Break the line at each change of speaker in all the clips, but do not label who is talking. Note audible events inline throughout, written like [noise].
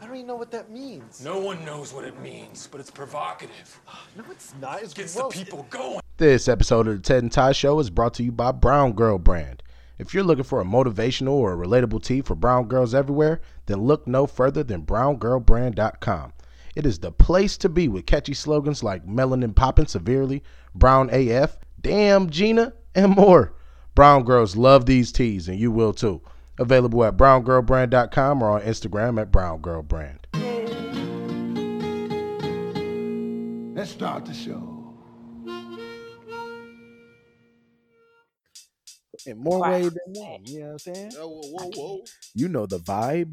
I don't even know what that means.
No one knows what it means, but it's provocative.
No, it's not. It's
Gets the
gross.
people going.
This episode of the Ted and Ty Show is brought to you by Brown Girl Brand. If you're looking for a motivational or a relatable tee for brown girls everywhere, then look no further than browngirlbrand.com. It is the place to be with catchy slogans like Melanin Poppin' Severely, Brown AF, Damn Gina, and more. Brown girls love these tees, and you will too. Available at browngirlbrand.com or on Instagram at browngirlbrand.
Let's start the show.
In more
Wow.
ways than one, you know what I'm saying?
Oh, whoa, whoa, whoa.
You know the vibe.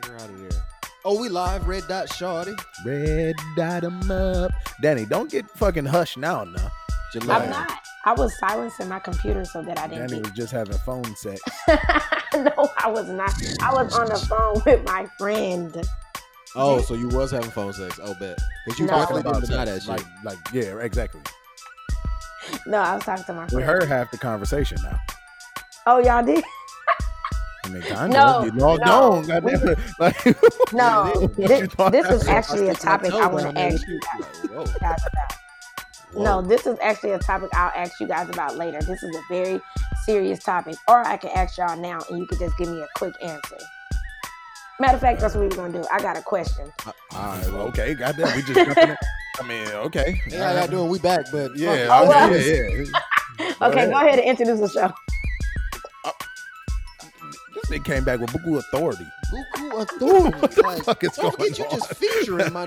Get her out of there. Oh, we live, Red Dot Shorty.
Red dot 'em up. Danny, don't get fucking hushed now, now.
July.
I'm not. I was silencing my computer so that I didn't.
Danny was just having phone sex.
[laughs] Get... [laughs] no, I was not. I was on the phone with my friend.
Oh, so you was having phone sex. Oh, bet. Because you
No.
talking about
Like-
not that shit.
like, like, yeah, exactly.
No, I was talking to my
We
friend.
heard half the conversation now.
Oh, y'all did?
I mean, kind
No,
of. You logged
no.
on. goddamn it. [laughs] Like,
No,
[laughs] what you
this,
thought
this is
that
actually a
sticking my
topic
toe
I want
down
to
there.
ask you guys,
Like, whoa,
guys about.
whoa.
No, this is actually a topic I'll ask you guys about later. This is a very serious topic, or I can ask y'all now, and you can just give me a quick answer. Matter of fact, that's what we were gonna do. I got a question.
All right,
Well,
well, okay.
okay, goddamn. We just jumping in. I mean, okay.
Yeah, I doing. We back, but
Yeah,
fuck it.
Oh,
I-
well.
yeah, yeah.
Okay, go ahead and introduce the show.
This thing came back with Buku authority. [laughs]
Buku authority. Like,
fuck is
don't
going
forget you
on?
just featuring my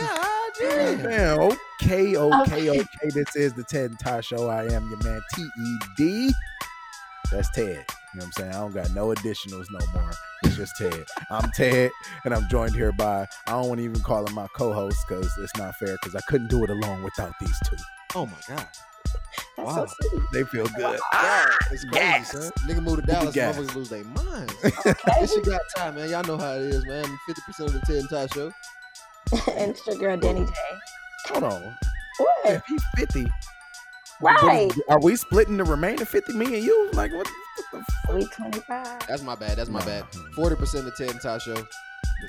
[laughs]
God damn.
Man, okay, okay,
Okay.
okay. This is the Ted and Ty Show. I am your man, T E D. That's Ted. You know what I'm saying? I don't got no additionals no more. It's just Ted. I'm Ted, and I'm joined here by, I don't want to even call him my co host because it's not fair because I couldn't do it alone without these two.
Oh my god.
That's
Wow.
so sweet.
They feel good.
God, it's crazy,
Yes.
son. Nigga moved to Dallas,
gas.
motherfuckers lose their minds.
[laughs]
this shit got time, man. Y'all know how it is, man. 50% of the Ted and Ty show.
[laughs] and it's your girl Danny J.
Hold on.
What?
If he's 50,
Right.
are we splitting the remaining 50, me and you? Like, what, what the fuck?
We 25.
That's my bad. That's my
Nah.
bad. 40% of the Ted and Ty show.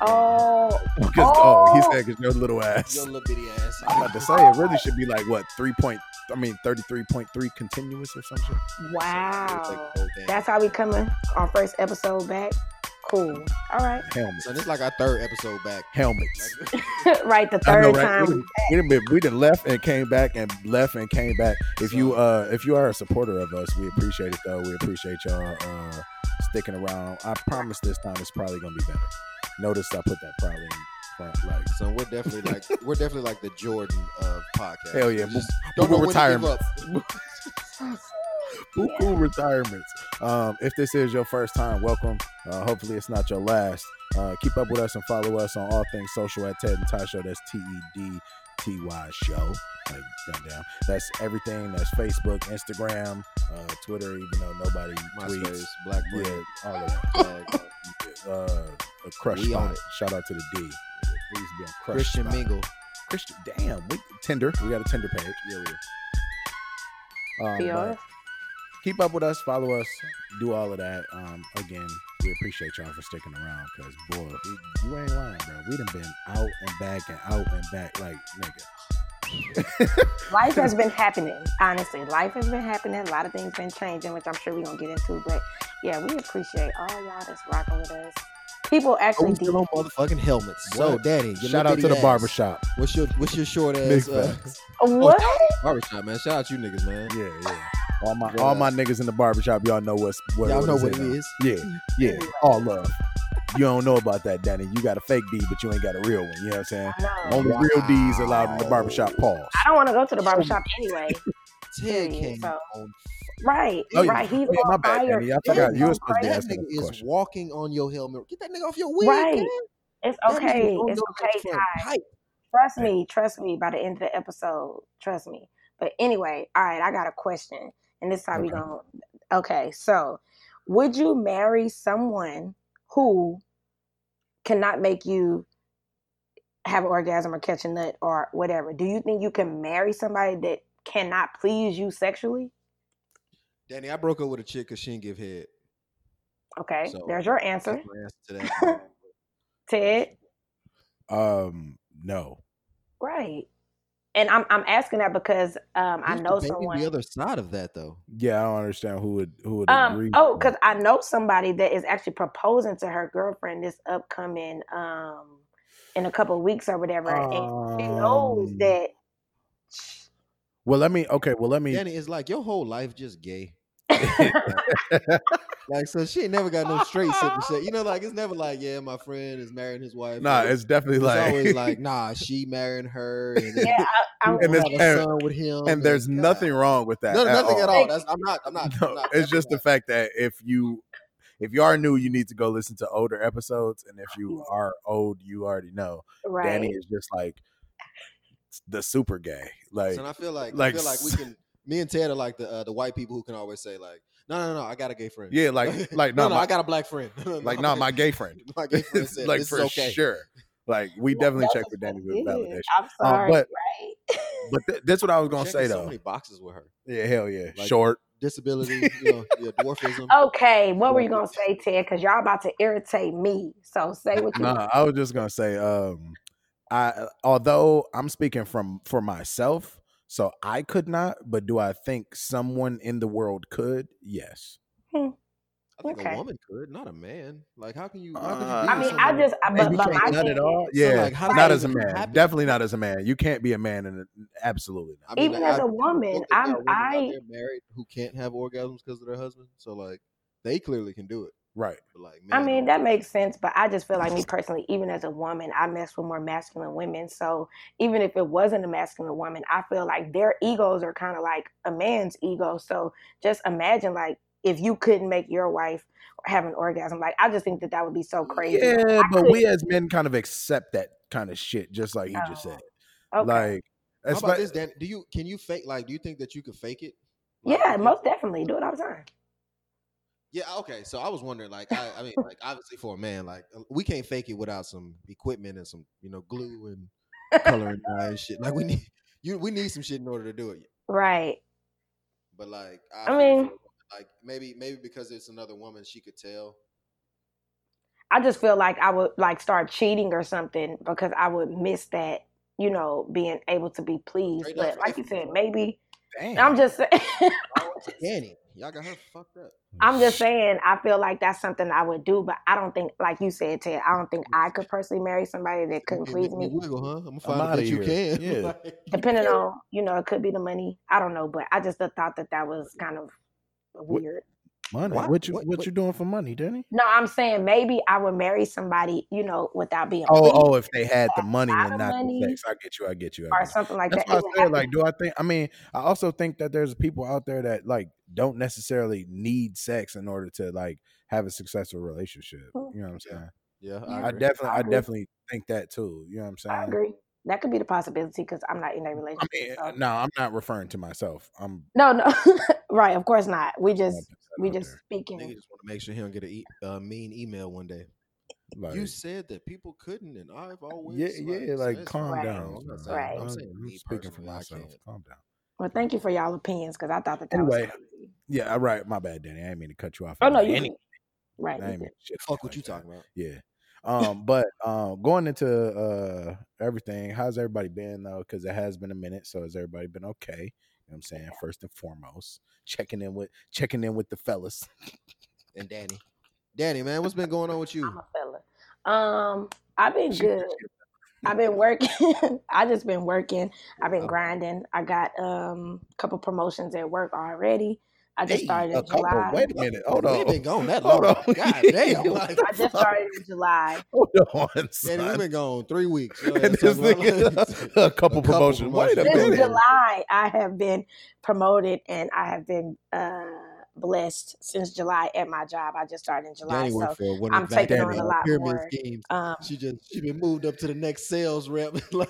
Oh,
[laughs] 'Cause- oh, he
Oh.
said, because your little ass.
Your little bitty ass.
I'm about to say it Oh, really should be like what three point I mean thirty three point three continuous or something.
wow. Oh, That's how we coming. Our first episode back. Cool. All right.
Helmets.
So this like our third episode back.
Helmets.
Like,
right. The
[laughs] I know,
third
right?
time.
We, done- we, done been, we done left and came back and left and came back. If you uh if you are a supporter of us, we appreciate it though. We appreciate y'all uh sticking around. I promise this time it's probably gonna be better. Notice I put that probably in front like
so we're definitely [laughs] like we're definitely like the Jordan of podcasts.
Hell yeah,
We just
Buku
Don't know
retirement.
[laughs] retirement.
Buku retirements. Um, if this is your first time, welcome. Uh, hopefully, it's not your last. Uh, keep up with us and follow us on all things social at Ted and Ty Show. That's T E D T Y Show. Like, goddamn. That's everything. That's Facebook, Instagram, uh, Twitter, even though nobody tweets.
MySpace, Black
Yeah,
Brand,
all of that.
[laughs] Flag,
Uh, a crush
We on
spot.
it.
Shout out to the D. Please be on crush
Christian
spot.
Mingle.
Christian, damn. We, Tinder. We got a Tinder page.
Yeah, we
Um, but-
PR.
keep up with us, follow us, do all of that. Um, again, we appreciate y'all for sticking around because boy, we, you ain't lying, bro. We done been out and back and out and back, like nigga. [laughs]
Life has been happening. Honestly, life has been happening. A lot of things been changing, which I'm sure we're gonna get into. But yeah, we appreciate all y'all that's rocking with us.
Oh,
People actually
we
do.
still on motherfucking helmets. So
What?
Danny, your
Shout
little
out to
bitty
the
ass.
barbershop.
What's your what's your short ass
Big
uh,
facts.
Oh, What?
barbershop man? Shout out you niggas man.
Yeah, yeah. All my all my niggas in the barbershop, y'all know what's what.
Y'all know what
it
it
is.
is.
Yeah, yeah. All love. You don't know about that, Danny. You got a fake D, but you ain't got a real one. You know what I'm saying?
I know.
Only real D's allowed in the barbershop. Pause.
I don't want to go to
[laughs]
the barbershop anyway.
Ted
Yeah,
came
so-
on
Right.
Oh, yeah.
Right. He's
Yeah, my
on
bad,
fire.
Danny. I forgot
He's
you
on
were supposed to
fire.
That
ask me
nigga
that
is
question.
walking on your helmet. Get that nigga off your wig,
Right.
man.
It's
That nigga
okay.
on
It's
your
okay,
motherfucking
Ty.
pipe.
Trust me, trust me. By the end of the episode, trust me. But anyway, all right. I got a question, and this time we
Okay.
gonna. Okay, so would you marry someone who cannot make you have an orgasm or catch a nut or whatever? Do you think you can marry somebody that cannot please you sexually?
Danny, I broke up with a chick because she didn't give head.
Okay, Eh,
So-
there's your answer,
That's my answer
[laughs]
to that.
Ted.
Um, no.
Right. And I'm I'm asking that because um I
Who's
know
debating
someone.
The other side of that, though.
Yeah, I don't understand who would who would agree.
um oh,
with
because I know somebody that is actually proposing to her girlfriend this upcoming um in a couple of weeks or whatever, and she knows
Um, [laughs]
that.
Well, let me. Okay. Well, let me.
Danny is like your whole life just
[laughs]
gay. Like so, she ain't never got no straight simple shit. You know, like it's never like, yeah, my friend is marrying his wife.
Nah,
Like,
it's definitely
it's
like. [laughs]
always like, nah, she marrying her, and then
Yeah, I, I,
and
have
it's-
a
and-
son with him.
and there's
God.
nothing wrong with that.
no, nothing at all.
all.
That's, I'm not. I'm not.
No,
I'm not
it's just the
definitely
fact that if you if you are new, you need to go listen to older episodes, and if you are old, you already know.
right.
Danny is just like the super gay.
not.
Like,
So, and I feel like,
like
I feel like we
s-
can. Me and Ted are like the uh, the white people who can always say like, no, no, no, I got a gay friend.
yeah,
[laughs]
like like
no,
no,
no,
my,
I got a black friend. [laughs]
like not my gay friend.
my gay friend
[laughs]
said
like
this
for
is okay.
sure. Like we definitely
That's
check
what
with Danny
it
with
is.
validation.
I'm sorry,
Um, but-
right?
But th- that's what I was gonna say
Checking so
though.
many boxes with her.
Yeah, hell yeah.
Like-
Short.
[laughs] Disability, you know, yeah, dwarfism.
Oh, Okay, what were you gonna say, Ted? Because y'all about to irritate me. So say what you.
Nah, I was just gonna say, um, I although I'm speaking from for myself, so I could not, but do I think someone in the world could? Yes.
I think
Okay.
a woman could, not a man. Like, how can you? How could you
Uh,
be
I
with
mean, I
someone-
just, I, but,
you
but
can't-
my
not
thing
at all.
is,
So,
Yeah,
like, how does
not
that
as a
even
man.
happen?
Definitely not as a man. You can't be a man in it. Absolutely not.
I mean,
Even
like,
as
I-
a
I don't
woman,
think there are
I'm-
women out
I-
there married who can't have orgasms because of their husband. So like, they clearly can do it.
Right.
But like,
I
men
mean,
don't.
that makes sense, but I just feel like me personally, even as a woman, I mess with more masculine women. So even if it wasn't a masculine woman, I feel like their egos are kind of like a man's ego. So just imagine, like, if you couldn't make your wife have an orgasm, like, I just think that that would be so crazy.
Yeah,
I
but
could-
we as men kind of accept that kind of shit, just like he just
Oh,
said.
okay.
Like,
How about
espe-
this, Dan? Do you can you fake? Like, do you think that you could fake it? Like,
yeah,
okay.
most definitely. Do it all the time.
Yeah, okay. So I was wondering, like, I, I mean, like, obviously for a man, like, uh, we can't fake it without some equipment and some, you know, glue and
[laughs]
coloring dye and shit. Like, we need you, we need some shit in order to do it.
Right.
But like, feel
I
for a
mean-
woman, like maybe maybe because it's another woman, she could tell.
I just feel like I would like start cheating or something because I would miss that, you know, being able to be pleased.
Straight up
But like you
faithful.
said, maybe
damn.
I'm just [laughs] saying. Oh,
Danny, y'all got her fucked up.
I'm just saying, I feel like that's something I would do, but I don't think, like you said, Ted, I don't think I could personally marry somebody that couldn't
Okay,
please
make me
me.
wiggle, huh? I'm gonna find out
outta
that you
here. [laughs]
can. [laughs]
Yeah.
Like,
Depending on, you know, it could be the money. I don't know, but I just thought that that was kind of weird.
money.
Why-
What, you what,
what- what-
you doing for money, Danny?
No, I'm saying maybe I would marry somebody, you know, without being
Oh,
pleased
oh, if they had the money
lot
and
of
not
money.
the sex. I get you. I get you. I
or
get you.
something like
That's
that.
why
It would
I
have
said,
to
like, do I think? I mean, I also think that there's people out there that like don't necessarily need sex in order to like have a successful relationship. You know what I'm saying?
yeah,
Yeah.
I
agree.
definitely, I
agree.
definitely think that too. You know what I'm saying?
I agree. That could be the possibility because I'm not in a
I
relationship.
mean,
so-
no, I'm not referring to myself. I'm
No, no, [laughs] right? Of course not. We
I'm
just
not
we
out
just
there.
speaking.
Nigga just want to make sure he don't get a e- uh, mean email one day.
Like,
you said that people couldn't, and I've always
yeah,
like,
yeah,
so
like
it's
calm
fine.
Right.
down.
I'm, not
man.
saying,
Right.
I'm
I'm,
saying
I'm
me
speaking for
personally, I
myself.
can't.
Calm down.
Well, thank you for y'all opinions because I thought that that
Anyway.
was crazy.
Yeah, all right. My bad, Danny. I didn't mean to cut you off.
Oh no,
Like,
you
any-
did. right?
I
You
ain't mean
did.
to shit
Fuck what
like
you
that.
talking about?
Yeah. Um, but um, going into uh everything, how's everybody been though? Because it has been a minute, so has everybody been okay? You know what I'm saying? First and foremost, checking in with checking in with the fellas.
And Danny, Danny, man, what's been going on with you?
[laughs]
Mm.
I'm a fella. Um, I've been good. I've been working. [laughs] I just been working. I've been
Oh.
grinding. I got um a couple promotions at work already. I just
Hey,
started
a
in
couple-
July.
[laughs] Wait a minute. Hold
we
on.
ain't been gone that long.
Oh. [laughs] Hold
God
on. [laughs]
damn,
What
like,
the
I just
fuck?
started in
[laughs]
July.
Hold on,
Danny, we've
son.
been gone three
[laughs]
weeks. Yo,
And
that's
this
talking
nigga,
about-
[laughs] a couple
A couple
promotions. Wait a
promotions.
Since
Really?
minute.
July, I have been promoted and I have been uh blessed since July at my job. I just started in July,
Danny
so
worked for one
I'm
of Black
taking
on
Ops
a
lot
pyramid
more.
schemes.
um
She just she been moved up to the next sales rep. [laughs] like,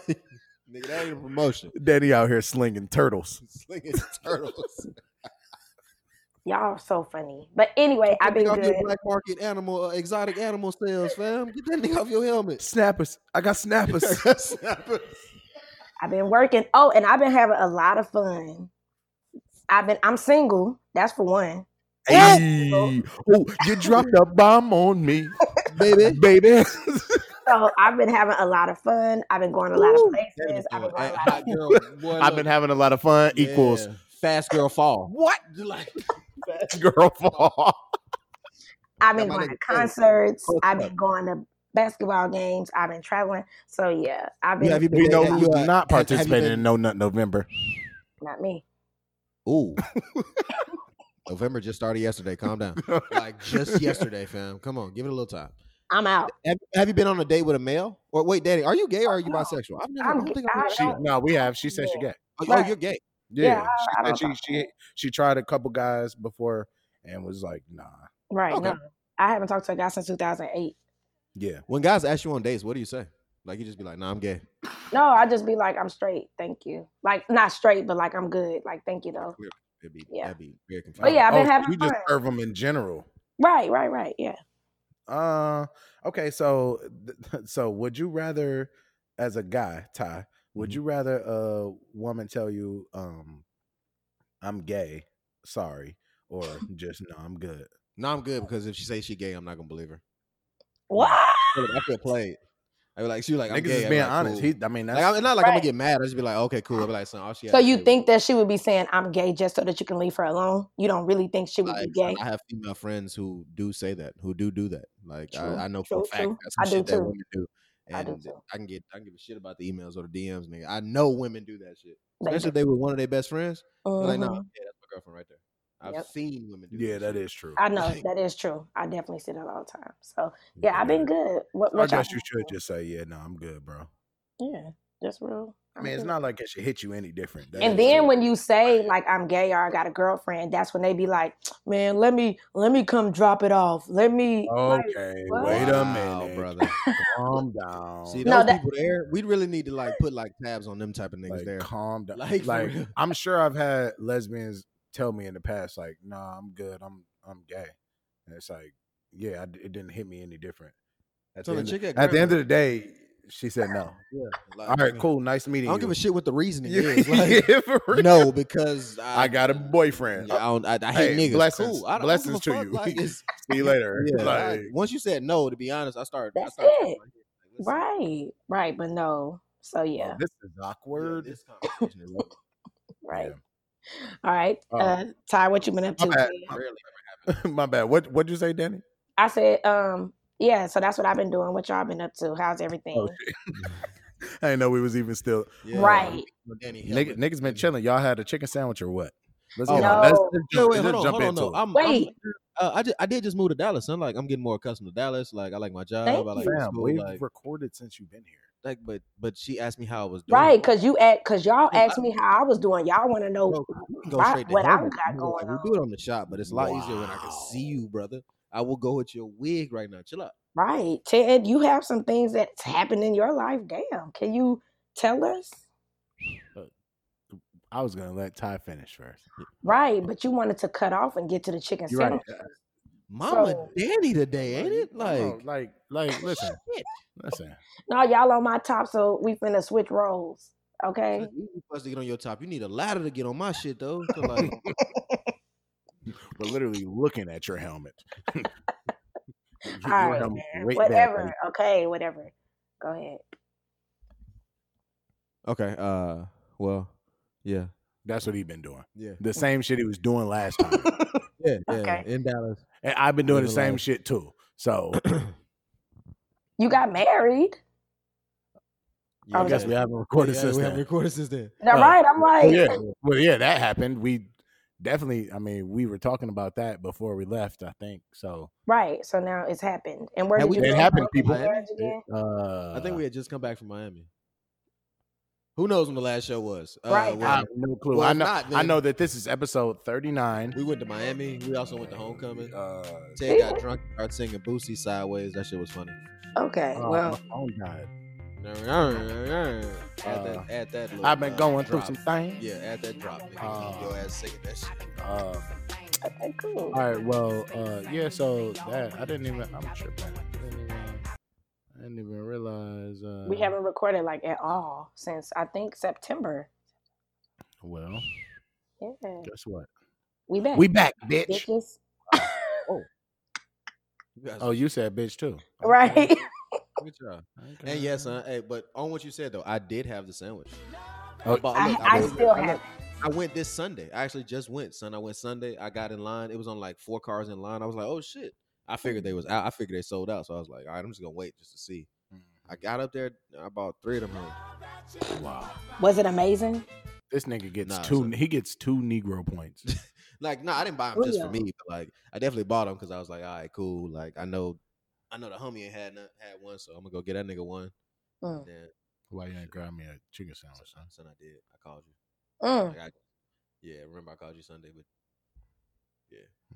nigga, that ain't a promotion.
Danny out here slinging turtles.
[laughs] Slinging
[laughs]
turtles.
Y'all are so funny. But anyway, I've been
Get off
good.
your black market animal, uh, exotic animal sales, fam. Get that nigga off your helmet.
Snappers. I got snappers.
I've been working. Oh, and I've been having a lot of fun. I've been I'm single. That's for one. Yes.
Hey, oh, you dropped a bomb on me,
baby.
baby.
So I've been having a lot of fun. I've been going a lot
Ooh,
of
That is
places. I've been
doing-
going a
that
lot of
hot girl, boy,
I've
look,
been having a lot of fun.
yeah.
Equals
fast girl fall.
what? [laughs]
Like,
Girl fall.
I've been
my
going to
nigga Chase.
concerts.
Coach
I've
Tuck.
been going to basketball games. I've been traveling. So yeah, I've been
Yeah, have you been-
We know
have
who's
you, uh,
not
have- have you
participating
been-
in No Nut November.
not me.
Ooh. November just started yesterday.
[laughs]
Calm down. Like just yesterday, fam. Come on, give it a little time.
I'm out.
Have, have you been on a date with a male? Or wait, Danny, are you gay or are you
No.
bisexual? I've never.
I'm
I don't
gay.
think I've
I
ever
don't-
She, no, we have. She said she
Yeah.
got.
Oh,
Right.
you're gay.
Yeah,
Yeah, I
she
don't
said she
know.
she she tried a couple guys before and was like, nah.
Right.
Okay.
No, I haven't talked to a guy since 2008.
Yeah,
When guys ask you on dates, what do you say? Like you just be like, "Nah, I'm gay."
No, I just be like, I'm straight. Thank you. Like not straight, but like I'm good. Like thank you though.
It'd be,
Yeah.
That'd be very confusing.
But yeah, I've been having
you just
fun.
serve them in general.
Right. Right. Right. Yeah.
Mm.
Uh, okay. So, th- [laughs] so would you rather, as a guy, Ty, would
Mhm.
you rather a woman tell you, um, I'm gay, sorry,
[laughs]
or just no, I'm good?
No, I'm good because if she says she gay, I'm not gonna believe her.
What?
Philip, I feel played. I be like, she was like, I'm
Niggas
gay.
is
I be
being
like,
honest.
cool.
He, I mean, that's
like, I'm it's not like I'm gonna
Right.
get mad. I just be like, okay, cool. I be like, son, all she
So
had to
you
say was,
think that she would be saying, "I'm gay," just so that you can leave her alone? You don't really think she would
like,
be gay?
I have female friends who do say that, who do do that. Like,
True,
I, I know for
true,
a fact
true.
that's some
I do
shit that
too.
women do,
I
and
do
I,
too.
can get, I can give a shit about the emails or the DMs, nigga. I know women do that shit,
They
especially
do.
if they were one of their best friends. They're like, nah,
Mhm.
yeah, that's my girlfriend right there. I've
Yep.
seen women do.
yeah, that
that shit.
is true.
I know
Like-
that is true. I definitely see that all the time. So yeah, I've been good. What,
I
what y'all
guess you
been
should just say, yeah, no, I'm good, bro.
doing? Yeah, just real.
I
I'm
mean, it's
good.
not like it should hit you any different. That
And
is
then
true.
when you say like I'm gay or I got a girlfriend, that's when they be like, "Man, let me let me come drop it off. Let me."
Oh,
like,
okay,
what?
wait a
Wow,
minute,
brother.
calm down.
See those
No, that-
people there, we really need to like put like tabs on them type of niggas
like,
there.
calm down.
[laughs] Like,
Like,
for real.
I'm sure I've had lesbians tell me in the past, like, "Nah, I'm good. I'm I'm gay." And it's like, yeah, I d it didn't hit me any different. At,
So
the
the
end,
chick at
at the end [laughs]
Grandma-
of the day, she said no.
Like,
All right,
yeah.
cool. Nice
I
meeting
don't
you.
give a shit what the reasoning
[laughs] Yeah,
is. [laughs] Like,
yeah, for real.
no, because I,
I got a boyfriend.
yeah, I, don't, I, I hate
Hey,
niggas.
blessings-
cool. I don't,
blessings
I don't give a
to
fuck.
you. [laughs]
Like, it's-
See you later.
yeah,
Like,
like, once you said no, to be honest, I started. I
That's
started
it.
shaking my head. Like, listen,
Right, right, but no. So
well,
yeah,
this is
yeah,
awkward.
this conversation is over.
right.
Yeah.
All right,
Oh.
uh, Ty, what you been up
My
to?
bad.
kid?
[laughs]
Rarely.
My bad. What What'd you say, Danny?
I said, um, yeah. So that's what I've been doing. What y'all been up to? How's everything?
Oh, shit. I didn't know we was even still.
Yeah.
Right.
Well, Danny, help
Niggas,
it.
niggas been chilling. Y'all had a chicken sandwich or what? Let's
Oh,
get on. Let's, let's
No.
Wait,
jump,
wait,
let's
hold on,
jump
hold on.
into
No,
it.
I'm,
Wait.
I'm, uh, I, just, I did just move to Dallas. son. like, I'm getting more accustomed to Dallas. Like, I like my job.
Thank
I like,
you.
the
Fam,
school,
we've
like,
recorded since you've been here.
like, but but she asked me how I was doing.
Right, because you act, because y'all
Yeah,
asked me how I was doing. Y'all want to know
Bro, we can go
why,
straight to
what I
heaven.
got
You know,
going
like,
on.
we do it on the shot, but it's a lot easier when I can see
Wow.
you, brother. I will go with your wig right now. Chill out.
Right, Ted, you have some things that's happened in your life. Damn, can you tell us?
I was gonna let Ty finish first.
Right, but you wanted to cut off and get to the chicken
You're right.
sandwich.
Mama
So-
Danny today, ain't it? Like, oh,
No, like, like, listen,
shit.
listen.
No, y'all on my top, so we finna switch roles. Okay,
It's easy for us to get on your top. You need a ladder to get on my shit though. So like,
We're literally looking at your helmet. [laughs] Your-
all
your
right,
helmet's right
man.
there,
whatever.
buddy.
okay, whatever. Go ahead.
okay, uh, well, yeah,
That's what he's been doing.
yeah,
The same shit he was doing
[laughs]
last time,
yeah, yeah.
Okay.
In Dallas,
and I've been doing the
Living
same
life.
shit too.
[clears throat]
So
You got married.
Oh, yeah,
I guess we haven't recorded since
we
then.
haven't recorded since then.
Is that
Oh,
right? I'm like, uh,
Well, yeah, well, yeah, that happened. We definitely. I mean, we were talking about that before we left. I think so.
right. So now it's happened. And where
Have
did
we
you
It
go?
happened,
Broken
people.
marriage again?
Uh,
I think we had just come back from Miami. Who knows when the last show was? Uh,
Right,
well,
I have no clue.
Well,
I
if
know.
not,
I
then-
know that this is episode thirty nine.
We went to Miami. We also went to homecoming.
Uh,
Ted got drunk, started singing Boosie sideways. That shit was funny.
Okay.
oh,
well,
my phone died.
Add that,
Uh,
add that little,
I've been
uh,
going through
drop.
some things.
Yeah, add that drop. Nigga.
Uh,
Your ass singing that shit.
Uh,
okay, cool.
all right. Well, uh, yeah. So that I didn't even. I'm tripping. I didn't even, I didn't even realize. Uh,
We haven't recorded like at all since I think September.
Well,
Yeah,
guess what?
we
[laughs]
back.
We back, bitch.
bitches.
You guys
Oh, you said bitch too. Okay.
right?
Good job.
Okay.
And yes, uh, son, hey, but on what you said though, I did have the sandwich.
Oh,
But
[laughs] I,
look,
I
went-
still
I
have
look, I went this Sunday. I actually just went, son. I went Sunday. I got in line. It was on like four cars in line. I was like, oh shit. I figured they was out. I figured they sold out. So I was like, all right, I'm just gonna wait just to see. I got up there. I bought three of them. Home.
Wow.
Was it amazing?
This nigga gets
Nah,
two.
son.
He gets two Negro points.
[laughs] Like, no, I didn't buy them
Oh,
just for
yeah.
me. But like, I definitely bought them because I was like, all right, cool. Like, I know, I know the homie ain't had none, had one, so I'm gonna go get that nigga one.
Mm.
And then,
Why you ain't grab me a chicken sandwich? Oh, Son?
son, I did. I called you.
Mm.
Like, I- yeah, remember I called you Sunday, but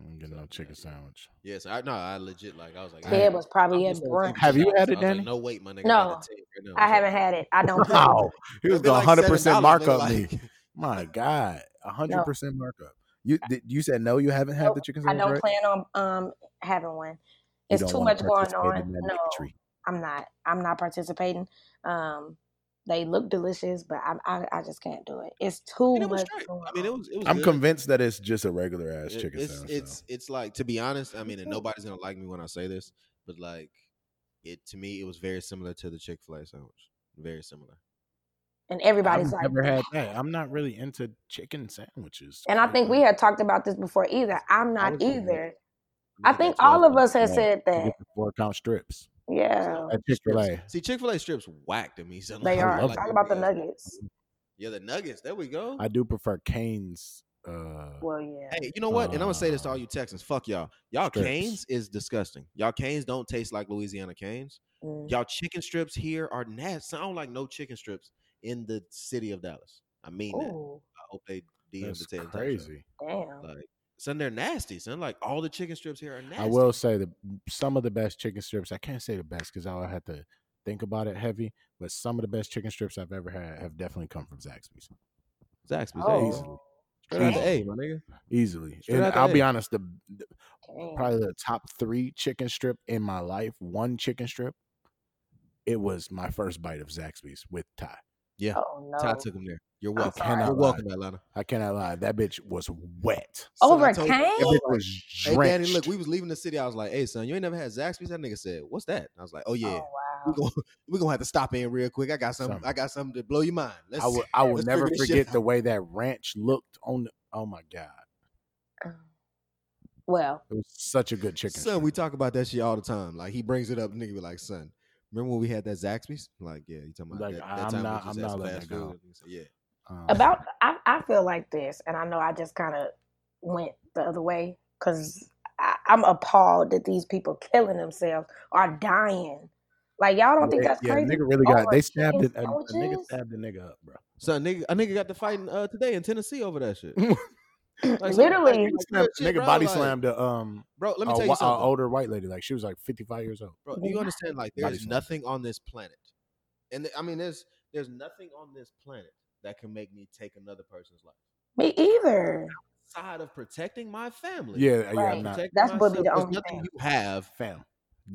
I ain't getting no
Sorry,
chicken
yeah. [laughs]
sandwich.
Yes, I no, I legit like I was like,
Ted
I-
was probably
I'm
at
just gonna
brunch.
take
Have
this
you
out.
had
I
it,
was like,
Danny?
no wait, my nigga.
No,
I, gotta take it right now.
I
So,
haven't had it. I
[laughs]
don't.
Wow, he was
it'd be
going
like
hundred percent
$7,
markup
nigga,
me.
like-
My God, hundred percent markup. You did, you said no, you haven't had
Nope,
the chicken
I
sandwich,
don't
right?
plan on um having one.
You
It's
don't
too
wanna
much going
participate in
on.
that
No,
bigotry.
I'm not. I'm not participating. Um, they look delicious, but I I, I just can't do it. It's too
And it was
much
straight.
going
[laughs] I mean, it
on.
was it was
I'm
good.
convinced that it's just a regular ass
It-
chicken
it's
sandwich.
it's
though.
it's like to be honest, I mean, and nobody's gonna like me when I say this, but like it to me, it was very similar to the Chick Fil A sandwich. Very similar.
and everybody's
I've
like,
never had that. I'm not really into chicken sandwiches.
and I think we had talked about this before either. I'm
I
not
was wondering.
either.
You
I
get that
think
12
all of
ounce
us have
yeah.
said
You
that.
get the four count strips
Yeah,
at Chick Fil A.
See, Chick Fil A strips whacked at me. [laughs] So
they
I
are.
love
Talk
it.
about the
nuggets.
nuggets.
Yeah, the nuggets. There we go.
I do prefer Cane's. Uh,
Well, yeah.
Hey, you know what? And I'm gonna say this to all
Uh,
you Texans. Fuck y'all. Y'all
strips.
canes is disgusting. Y'all canes don't taste like Louisiana canes.
Mm.
Y'all chicken strips here are nasty. Sound like no chicken strips in the city of Dallas. I mean that. I
Ooh,
hope they DM
that's
the Ted and Ty show.
crazy.
damn.
Like, son, they're nasty. Son, like all the chicken strips here are nasty.
I will say the some of the best chicken strips. I can't say the best because I would have to think about it heavy. But some of the best chicken strips I've ever had have definitely come from Zaxby's.
Zaxby's.
Oh.
Oh.
easily.
Straight out the
Easily.
A, my nigga.
Easily,
Straight
and
out the
I'll be
egg.
honest, the, the-
Oh.
Dang.
probably the top three chicken strip in my life. One chicken strip. It was my first bite of Zaxby's with Ty.
Yeah.
Oh no.
Ty took him there. You're
I'm
welcome.
sorry.
Cannot
You're
lie.
welcome, Atlanta.
I cannot lie. That bitch was wet.
Son, I
Over
told-
That
Kane?
bitch was
Oh. Hey,
drenched.
Danny, look, we was leaving the city. I was like, hey, son, you ain't never had Zaxby's? That nigga said, what's that? I was like, oh, yeah.
Oh
we
wow.
gonna [laughs] we gonna have to stop in real quick. I got something.
Something.
I got something to blow your mind. Let's.
I will. I will
let's
never
figure this shit
forget the
out.
way that ranch looked on. The, oh my god,
Um, Well,
it was such a good chicken.
son,
strip.
we talk about that shit all the time. Like he brings it up, nigga. Be like, son, remember when we had that Zaxby's? I'm like, yeah, you talking about
Like,
that,
I-
that
I'm
time we
not-
just
I'm
had
not
some
letting
fast
that go.
food?" He said, yeah,
Um,
about I, I feel like this, and I know I just kind of went the other way because I'm appalled that these people killing themselves are dying. Like y'all don't think
yeah,
that's
yeah,
crazy?
nigga really got.
Over
They stabbed it.
chicken
A, a nigga
sandwiches?
stabbed a nigga up, bro.
son, nigga, a nigga got to fighting uh, today in Tennessee over
[laughs]
that shit. Like, son, like,
Literally,
you
Snap-
shit,
nigga
bro,
body
like-
slammed a um
bro. Let
a,
me tell
whi-
you
a
something,
older white lady. Like she was like 55 years old.
bro. Do you understand? Like,
Body
there's
slam.
nothing on this planet, and th- I mean, there's there's nothing on this planet that can make me take another person's life.
me either.
Side of protecting my family.
Yeah, yeah,
Right.
I'm not
protecting
That's what be the
myself. There's
only
nothing
thing.
you have.
fam.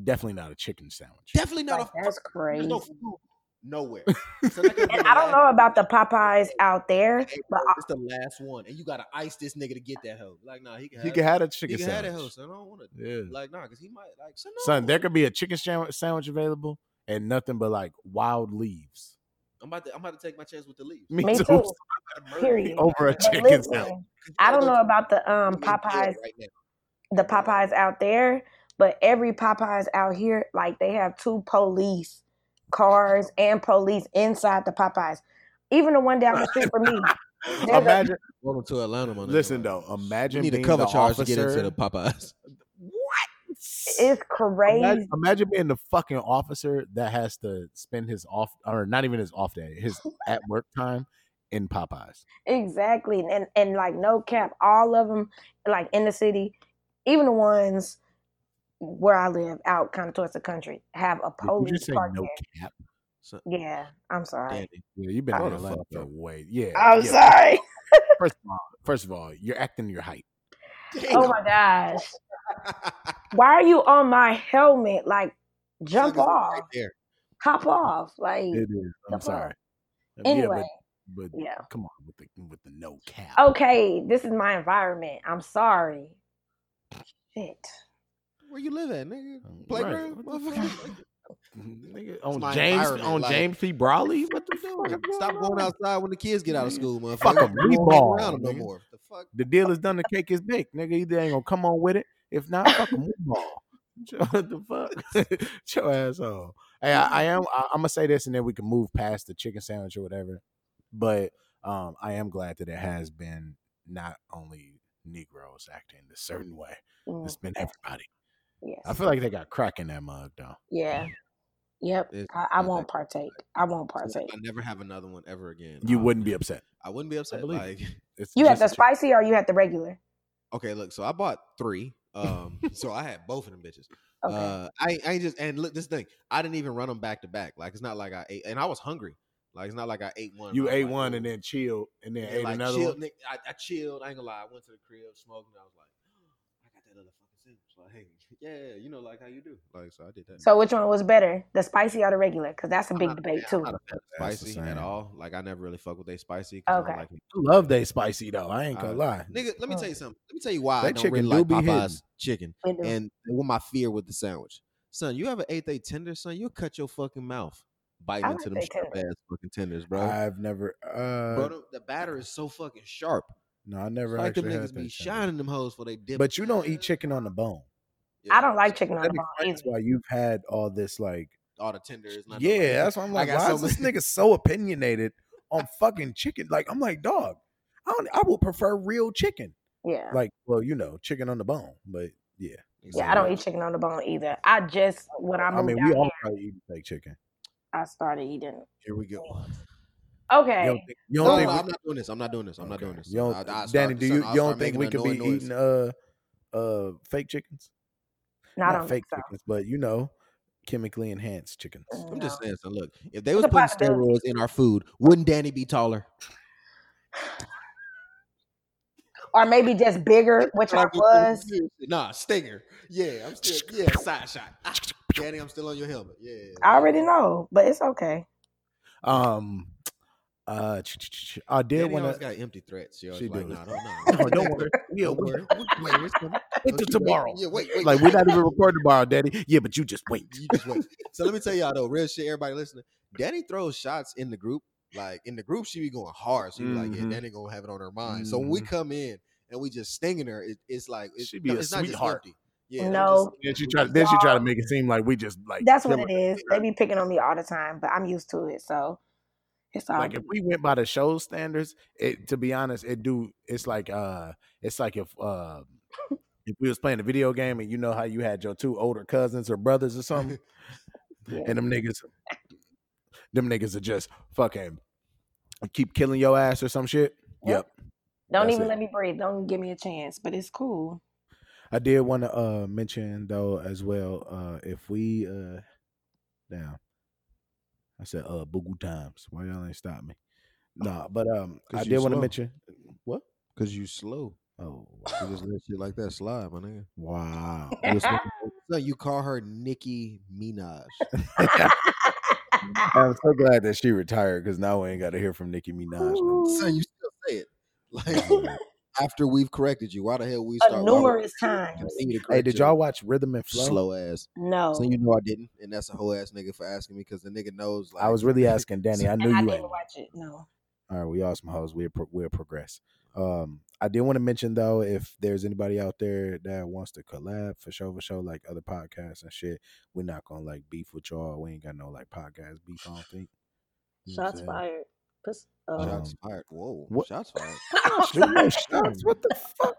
Definitely not a chicken sandwich.
Definitely not
Like,
a
that's
fuck- There's
crazy.
no food
[laughs]
nowhere. So that could've been
And
the
I don't
last-
know about the Popeyes out there,
Hey,
but
bro, it's the last one, and you gotta ice this nigga to get that hoe. Like, nah, he can.
He
Have
could
it.
had a
He
chicken
can have that hoe,
sandwich.
son. I don't want to.
Yeah,
Like, nah, cause he might like. Son,
son,
no.
there could be a chicken sandwich, sandwich available and nothing but like wild
[gasps]
leaves.
I'm about to. I'm about to take my chance with the
[laughs]
leaves.
Me,
Me
too.
too.
I'm about to murder
Period.
you.
Over a
But
but
chicken
listen,
sandwich.
You
I
gotta
don't
go
know
to-
about the um
you in jail
Popeyes
right now.
the Popeyes out there, but every Popeyes out here, like they have two police cars and police inside the Popeyes. Even the one down the street
[laughs]
from me. There's a-
Imagine.
Welcome to Atlanta, my nigga.
Listen
Like,
though, imagine
we need a
being
cover
the
charge
officer.
to get into the
[laughs]
Popeyes.
what?
it's crazy.
Imagine, imagine being the fucking officer that has to spend his off or not even his off day, his at work time in Popeyes.
Exactly. And and like no cap, all of them like in the city, even the ones where I live out kind of towards the country have a
Did you
police
just say
park
no
there.
cap?
So,
Yeah, I'm sorry.
Danny,
Yeah, you've been
I
in
don't
Atlanta
fuck
for
up.
way. Yeah,
I'm
yeah.
sorry.
First of all, first of all, you're acting your height.
Oh my gosh. [laughs] Why are you on my helmet? Like jump
Suckers is
off.
right there.
hop off. Like
It is. I'm
the fuck?
sorry. Yeah, but-
anyway,
but,
yeah.
come on with the with the no cap.
Okay, this is my environment. I'm sorry. Shit.
Where you live at, nigga?
Right.
Playground,
What the
motherfucker.
fuck? Nigga, on
my
James
[laughs] environment,
on
like-
James P. Brawley. What the fuck?
Stop
[laughs]
going outside when the kids get out of school, motherfucker.
Fuck 'em,
You
we
don't hang
ball,
around 'em no
nigga.
more. The fuck?
The deal is done. The cake is baked. Nigga, either ain't gonna come on with it. If not, fuck a move ball. [laughs] What the fuck? [laughs] Get Your asshole. Hey, I, I am. I, I'm gonna say this, and then we can move past the chicken sandwich or whatever. But um, I am glad that it has been not only Negroes acting a certain way.
Mm,
It's been everybody.
yes.
I feel like they got crack in that mug though.
yeah. Yep.
It's-
I, I
it's
won't
like-
partake. I won't partake.
I never have another one ever again.
You
I-
wouldn't be upset.
I wouldn't be upset.
believe
Like, [laughs]
It's
You had
just
the
a chick-
spicy or you had the regular?
okay, look. So I bought three. Um, so I had both of them bitches.
Okay.
Uh, I I ain't just and look this thing. I didn't even run them back to back. Like it's not like I ate and I was hungry. Like it's not like I ate one.
You ate
like,
one
"Ooh."
and then chilled and then
And,
ate
like,
another
chilled,
one.
nigga, I, I chilled. I ain't gonna lie. I went to the crib, smoked, and I was like, "Oh, I got that other fucking sandwich. Like, hey, [laughs] yeah, you know, like how you do. Like, so I did that.
so which one was better, the spicy or the regular? Because that's a
I'm
big
not- yeah,
debate
I'm
too.
not a fan of
That's the
spicy at
same.
all. Like, I never really fuck with they spicy. 'cause I don't
Okay.
like it.
I love they spicy though. I ain't gonna
Uh,
lie.
Nigga, let me tell you something. Let me tell you why I
That
don't
chicken
really
do
like
be hidden.
Popeye's chicken.
It do.
And what my fear with the sandwich, son. You ever ate they tender, son? You'll cut your fucking mouth biting
I
into
like
them sharp
they
ass fucking tenders, bro.
I've never. Uh,
bro, the- the batter is so fucking sharp.
no, I never
like them
actually
niggas
had
be
that. shit.
shining them hoes for they dip.
But you don't eat chicken on the bone.
I don't like chicken on
That
the bone
explains
either.
why you've had all this like.
all the tenders. Not
yeah, that's why I'm
I
like,
got
why
so
is this
many-
nigga so opinionated on fucking chicken? Like, I'm like, dog, I don't. I would prefer real chicken.
Yeah.
Like, well, you know, chicken on the bone, but yeah.
[laughs] Yeah, I don't eat chicken on the bone either. I just when I
I
moved
mean,
out
we all
here,
probably eat fake chicken.
I started eating.
Here we go.
You
Okay,
don't think, you
No,
don't
no,
think
no,
we-
I'm not doing this. I'm not doing this. I'm not
Okay.
doing this.
You don't,
I- I start-
Danny, do
son,
you,
I'll
you don't
start
think
making
we
a
could be
annoying noise.
eating uh uh fake chickens?
no, I don't
fake
think so.
chickens, but you know, chemically enhanced chickens.
Mm.
I'm
No.
[laughs]
just saying. So look, if they
It's
was
a
putting
possibility.
steroids in our food, wouldn't Danny be taller?
Or maybe just bigger, which I
Like, it-
was.
it- it- Nah, stinger. Yeah, I'm
[laughs]
still. Yeah, side shot. Ah, Danny, I'm still on your helmet. Yeah.
I already know, but it's okay.
Um, uh, ch- ch- ch- I did
Danny
want
always
to.
got empty threats. She always
She
like,
do.
nah, don't, nah,
[laughs]
[laughs]
No, don't worry. Yeah,
Don't
we-
worry. We'll play this one.
wait
Don't
till
you wait.
tomorrow.
Yeah, wait, wait.
Like we're not even recording tomorrow, Daddy. Yeah, but you just wait.
[laughs] You just wait. so let me tell y'all though, real shit, everybody listening. Danny throws shots in the group. Like in the group, she be going hard. So you like, yeah,
Mhm.
Danny gonna have it on her mind. So when we come in and we just stinging her, it, it's like it-
She be a
it's not just
sweetheart.
empty. Yeah,
No.
Just,
Then she try. Then she try to make it seem like we just like
That's what
killing
it is. They be picking on me all the time, but I'm used to it, so it's all.
like
Um
if we went by the show standards it to be honest it do it's like uh it's like if uh if we was playing a video game and you know how you had your two older cousins or brothers or
[laughs]
something
Yeah.
and them niggas them niggas are just fucking keep killing your ass or some shit yep,
Yep. Don't
that's
even
it.
let me breathe. Don't give me a chance, but it's cool.
I did want to uh mention though as well. Uh, if we uh, damn, I said uh, boogie times. Why y'all ain't stop me? Nah, but um,
'Cause
I
you
did want to
slow.
mention what?
Cause you slow.
Oh
You just let shit like that slide, my nigga.
wow! [laughs]
No, you call her Nicki Minaj. [laughs]
[laughs]
I'm so glad that she retired because now we ain't got to hear from Nicki Minaj. no more.
[laughs]
Um,
Son, you still say it. [laughs] Like after we've corrected you, why the hell we
A
start why we
numerous times.
continue
Hey,
to correct
did
your
y'all Oh. watch Rhythm and Flow?
slow ass?
No,
So you know I didn't, and that's a whole ass nigga for asking me because the nigga knows. Like,
I was [laughs] really asking Danny. I knew
and I
you
didn't
ain't.
watch it. No,
All right, we all some hoes. We'll pro- we'll progress. Um, I did want to mention though, if there's anybody out there that wants to collab for show for show, like other podcasts and shit, we're not gonna like beef with y'all. We ain't got no like podcast beef. I don't think. You know what I'm
shots
saying?
fired. Puss- uh,
[laughs] [laughs] shots
um,
fired. Whoa,
what-
shots
[laughs]
fired.
Shoot no shots. What the fuck?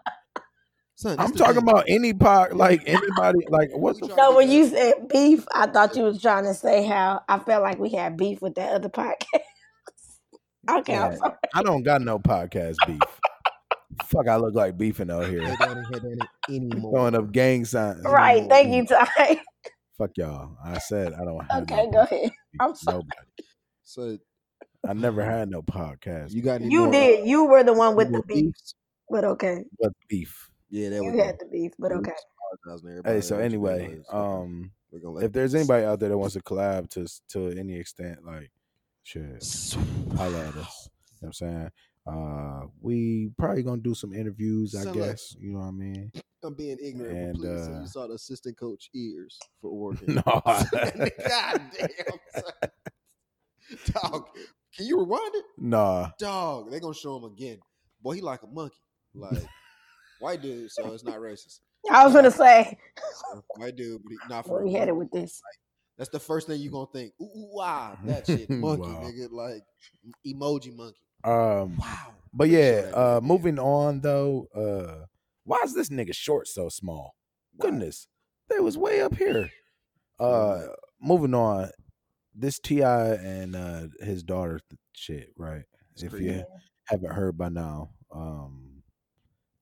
Son, that's
I'm
the
talking
thing.
about any pod, like anybody, like what the.
We
Fuck?
No, when you said beef, I thought you was trying to say how I felt like we had beef with that other podcast. [laughs] okay, I'm
Yeah.
sorry.
I don't got no podcast beef. fuck, I look like beefing out here.
Hey, Danny, hey, Danny, [laughs] anymore.
Throwing up gang signs.
[laughs] Right, thank you, Ty.
Fuck y'all. I said I don't have
okay,
no
go
podcast
ahead.
beef
I'm
with
sorry.
nobody.
So
I never had no podcast.
you got any
You
more,
did. You were the one
any
with
more
the beef,
beefs?
but okay.
but beef.
Yeah, there we
You
go.
had the beef, but okay.
Apologizing to everybody.
Hey, so
We're just gonna
anyway,
let it-
um,
we're gonna let
if there's anybody out there that wants to collab to s- to any extent, like, shit,
this-
holla at us. You know what I'm saying, Uh, we probably gonna do some interviews, I
So look-
guess. You know what I
[laughs]
mean? [laughs]
I'm being ignorant,
And,
but please, say
uh,
you saw the assistant coach ears
[laughs]
for Oregon.
No,
[laughs] God damn, son. dog. Can you rewind it,
[laughs] nah.
dog? They gonna show him again. Boy, he like a monkey, like white dude. So it's not racist.
I was gonna say
So, white dude, but he, not for
where
a
we headed
monkey.
with this.
That's the first thing you gonna think. Ooh, ooh, wow,
[laughs]
that shit, monkey,
Mm-hmm. Wow.
nigga, like emoji monkey.
Um,
Wow.
but
They show
yeah.
that
Uh,
nigga again.
moving on though. Uh, why is this nigga short so small? Goodness, they was way up here. Uh, moving on. This Ti and uh his daughter th- shit, right?
It's
if
pretty
you
good.
haven't heard by now, um,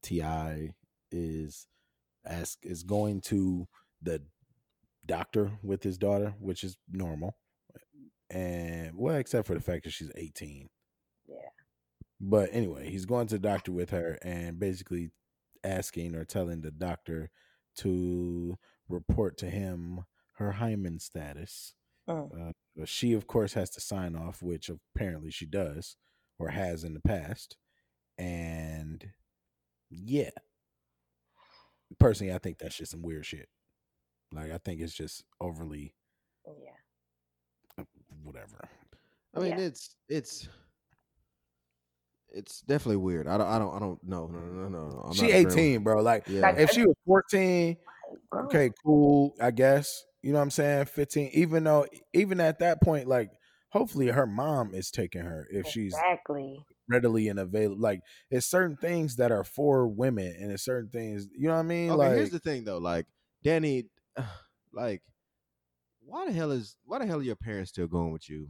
Ti is ask is going to the doctor with his daughter, which is normal, and well, except for the fact that she's eighteen.
Yeah.
But anyway, he's going to the doctor with her and basically asking or telling the doctor to report to him her hymen status.
Mm.
Uh, she, of course, has to sign off, which apparently she does or has in the past. And yeah, personally, I think that's just some weird shit. Like, I think it's just overly
Yeah.
whatever.
I mean,
Yeah.
it's it's it's definitely weird. I don't, I don't, I don't. No, no, no, no. no. I'm
she
not agreeing with-
18, bro. Like,
Yeah,
Like,
if she was 14,
Oh.
Bro.
okay, cool, I guess. You know what I'm saying? 15. Even though, even at that point, like, hopefully her mom is taking her if she's
exactly
readily and available. Like, it's certain things that are for women, and it's certain things, you know what I mean?
Okay,
like,
here's the thing though. Like Danny, [sighs] like why the hell is why the hell are your parents still going with you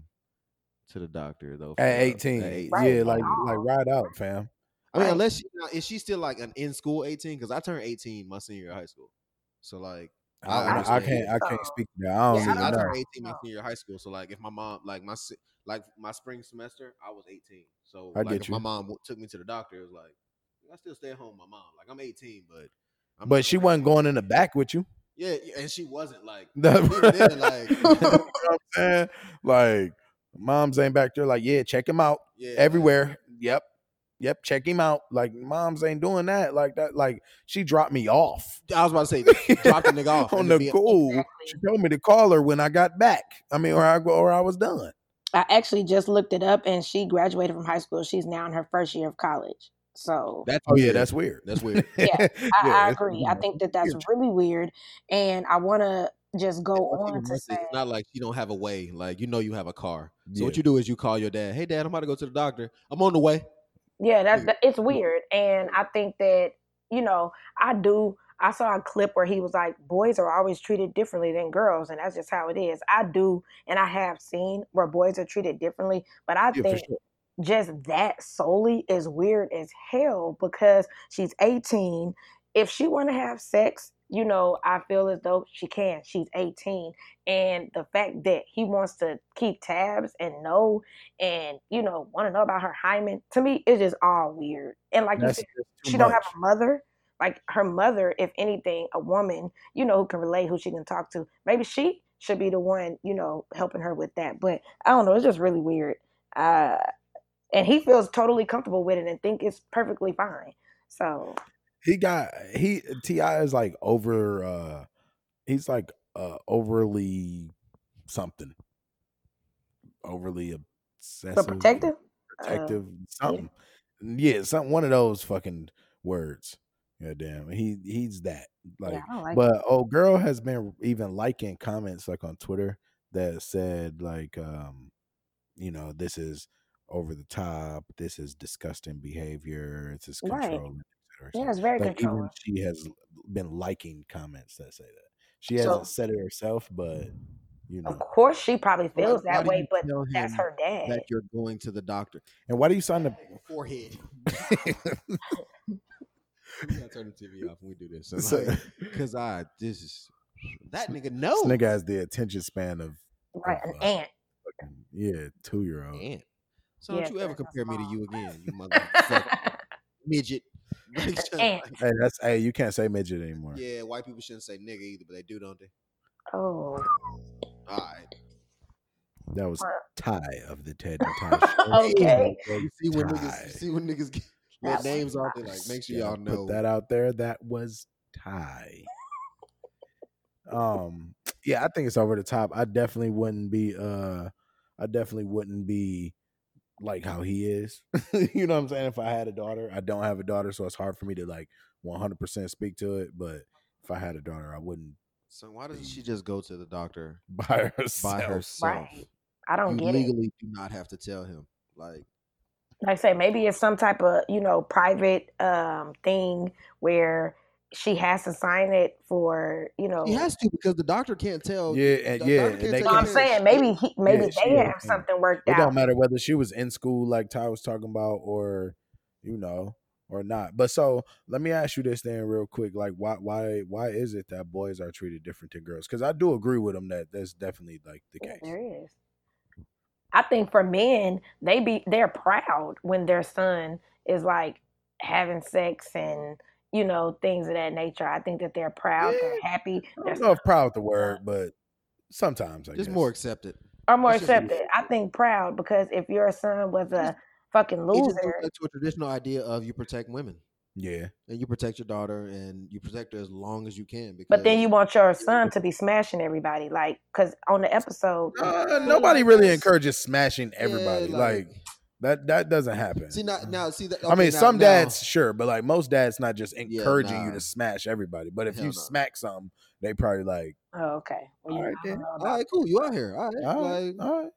to the doctor though? for
At
real?
18.
At 18.
Right,
yeah,
at
like
all.
like ride out, fam.
I mean,
right.
unless she, now, is she still like an in school eighteen? Because I turned eighteen my senior year of high school. So like, I
I, I,
understand.
can't I
Oh.
can't speak to that. I don't
Yeah,
I,
even know.
turned eighteen
Oh.
my senior year of high school. So like, if my mom like my se- like my spring semester, I was eighteen. So
I
like,
get
if
you.
my mom w- took me to the doctor, it was like I still stay at home. with My mom, like I'm eighteen, but I'm
But she wasn't going in the back with you. [laughs]
Yeah, yeah, and she wasn't like
No.
even then,
[laughs]
like
Eh, like moms ain't back there like, yeah, check him out
yeah, like,
everywhere. Yep. Yep, check him out. Like moms ain't doing that. Like that like she dropped me off.
I was about to say, drop
[laughs]
the nigga off
on
and then
the
be-
cool.
Exactly.
She told me to call her when I got back. I mean, or I go or I was done.
I actually just looked it up and she graduated from high school. She's now in her first year of college. So
That's
Oh yeah,
weird.
that's weird.
that's [laughs] weird.
[laughs]
Yeah, I, I
that's-
agree. I think that that's
Huge.
really weird. And I want to just go
What's
on
even
to
worse is
say,
It's not like you don't have a way. Like you know you have a car. So
Yeah.
what you do is you call your dad. Hey dad, I'm about to go to the doctor. I'm on the way.
yeah, that's that, it's weird. And I think that, you know, I do. I saw a clip where he was like, boys are always treated differently than girls. And that's just how it is. I do. And I have seen where boys are treated differently. But I
Yeah, for
think just that solely is weird as hell because she's 18. If she want to have sex, you know, I feel as though she can. She's 18. And the fact that he wants to keep tabs and know and, you know, want to know about her hymen, to me, it's just all weird. And like you
That's
said,
too
she don't have
much.
a mother. Like her mother, if anything, a woman, you know, who can relate, who she can talk to. Maybe she should be the one, you know, helping her with that. But I don't know. It's just really weird. Uh, and he feels totally comfortable with it and think it's perfectly fine. So
he got he ti is like over uh he's like uh overly something overly
so
obsessive
protective. Um, Uh,
protective something yeah. something one of those fucking words yeah damn he he's that
Uh,
like
yeah, I don't like it.
but oh girl has been even liking comments like on twitter that said like um you know this is over the top this is disgusting behavior it's just
Right.
controlling et cetera, et
yeah,
cetera."
it's very
like even
controlling.
she has been liking comments that say that she
So- Oh,
hasn't said it herself but you know
Of course, she probably
Why-
feels
why
that
do
way,
you
but
tell
that's
him
her dad.
That you're going to
[laughs]
the doctor.
and why do you sign the
Forehead. we gotta turn the TV off when we do this. So,
so,
like,
this
Cause I this is that nigga knows.
nigga has the attention span of
right, an aunt.
yeah two year old
Damn. So
Yeah,
don't you ever
that's
compare me to
small.
you again,
[laughs]
you motherfucker [laughs] midget. Like,
[laughs]
shut-
Ant.
like,
hey that's hey you can't say midget anymore
yeah, white people shouldn't say nigga either, but they do, don't they? All
oh,
right.
That was
Wow.
Ty of the Ted and Ty Show.
Okay.
You see when niggas,
Ty.
you see when niggas get their
That's
names off. They like make sure
Yeah,
y'all know.
Put that out there. That was Ty. um, yeah, I think it's over the top. I definitely wouldn't be. Uh, I definitely wouldn't be like how he is. [laughs] you know what I'm saying? If I had a daughter, I don't have a daughter, so it's hard for me to like 100 percent speak to it. But if I had a daughter, I wouldn't [laughs]
so why doesn't she just go to the doctor
by herself.
by herself?
Right. I don't
you
get it.
legally do not have to tell him. Like
Like I say, maybe it's some type of, you know, private um thing where she has to sign it for, you know.
he has to because the doctor can't tell.
Yeah, and
the
yeah,
doctor
and
can't
they
tell
so
Oh, you
I'm
can't-
that.
saying maybe he, maybe
Yeah, she
they
has
have
to.
something worked
It
out.
don't matter whether she was in school like Ty was talking about or you know or not. But so let me ask you this then real quick. Like why why why is it that boys are treated different than girls? Because I do agree with him that that's definitely like the
Yeah,
case.
there is. I think for men, they be they're proud when their son is like having sex and you know things of that nature. I think that they're proud, they're happy,
I
they're
don't know if proud the word, but sometimes I
Just
guess.
more accepted.
are more
That's just-
accepted. I think proud because if your son was a fucking
It just goes
loser,
back to a traditional idea of you protect women
Yeah.
and you protect your daughter and you protect her as long as you can. Because
but then you want your son to be smashing everybody, like because on the episode,
Uh, nobody really encourages smashing everybody.
Yeah,
like, that that doesn't happen. Mm.
see now now see that
I
okay,
mean,
now-
some
now-
dads sure, but like most dads, not just
Yeah,
encouraging you
nah.
to smash everybody. But if you
Hell nah.
smack something, they probably like,
oh, okay, Well, you-
Alright
I don't
then.
know
All
about-
right, cool. You out here. All right.
all right,
like,
all right,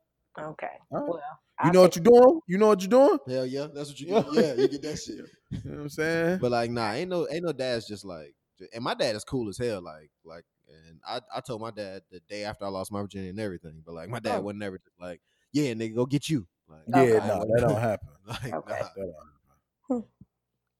okay,
all right.
well,
you
I
know what
think-
you're doing. You know what you're doing.
Hell yeah, that's what you [laughs] get. Yeah, you get that shit.
You know what I'm saying?
But like, nah, ain't no, ain't no dad's just like, and my dad is cool as hell. Like, like, and I, I told my dad the day after I lost my virginity and everything. But like, my dad
Oh.
wasn't ever just like, yeah, nigga, go get you. Like,
yeah,
Okay.
no, that don't happen.
[laughs] like,
Okay.
nah.
That don't happen.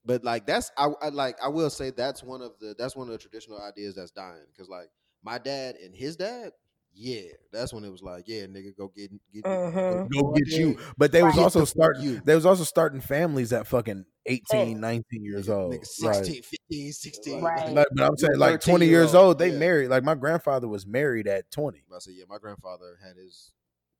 But like, that's I, I like, I will say that's one of the that's one of the traditional ideas that's dying because like my dad and his dad, yeah, that's when it was like, yeah, nigga, go get get.
Mhm.
Go
out
get
there
you. But they was
Right.
also
Get the fuck
starting.
you.
They was also starting families at fucking 18,
Yeah.
19 years
Nigga,
old.
Nigga,
Like,
16, 15, 16.
Right.
like-
like, but I'm
You
saying like 20
13
years
year old,
old, they
yeah.
married. Like my grandfather was married at 20.
I said, yeah, my grandfather had his,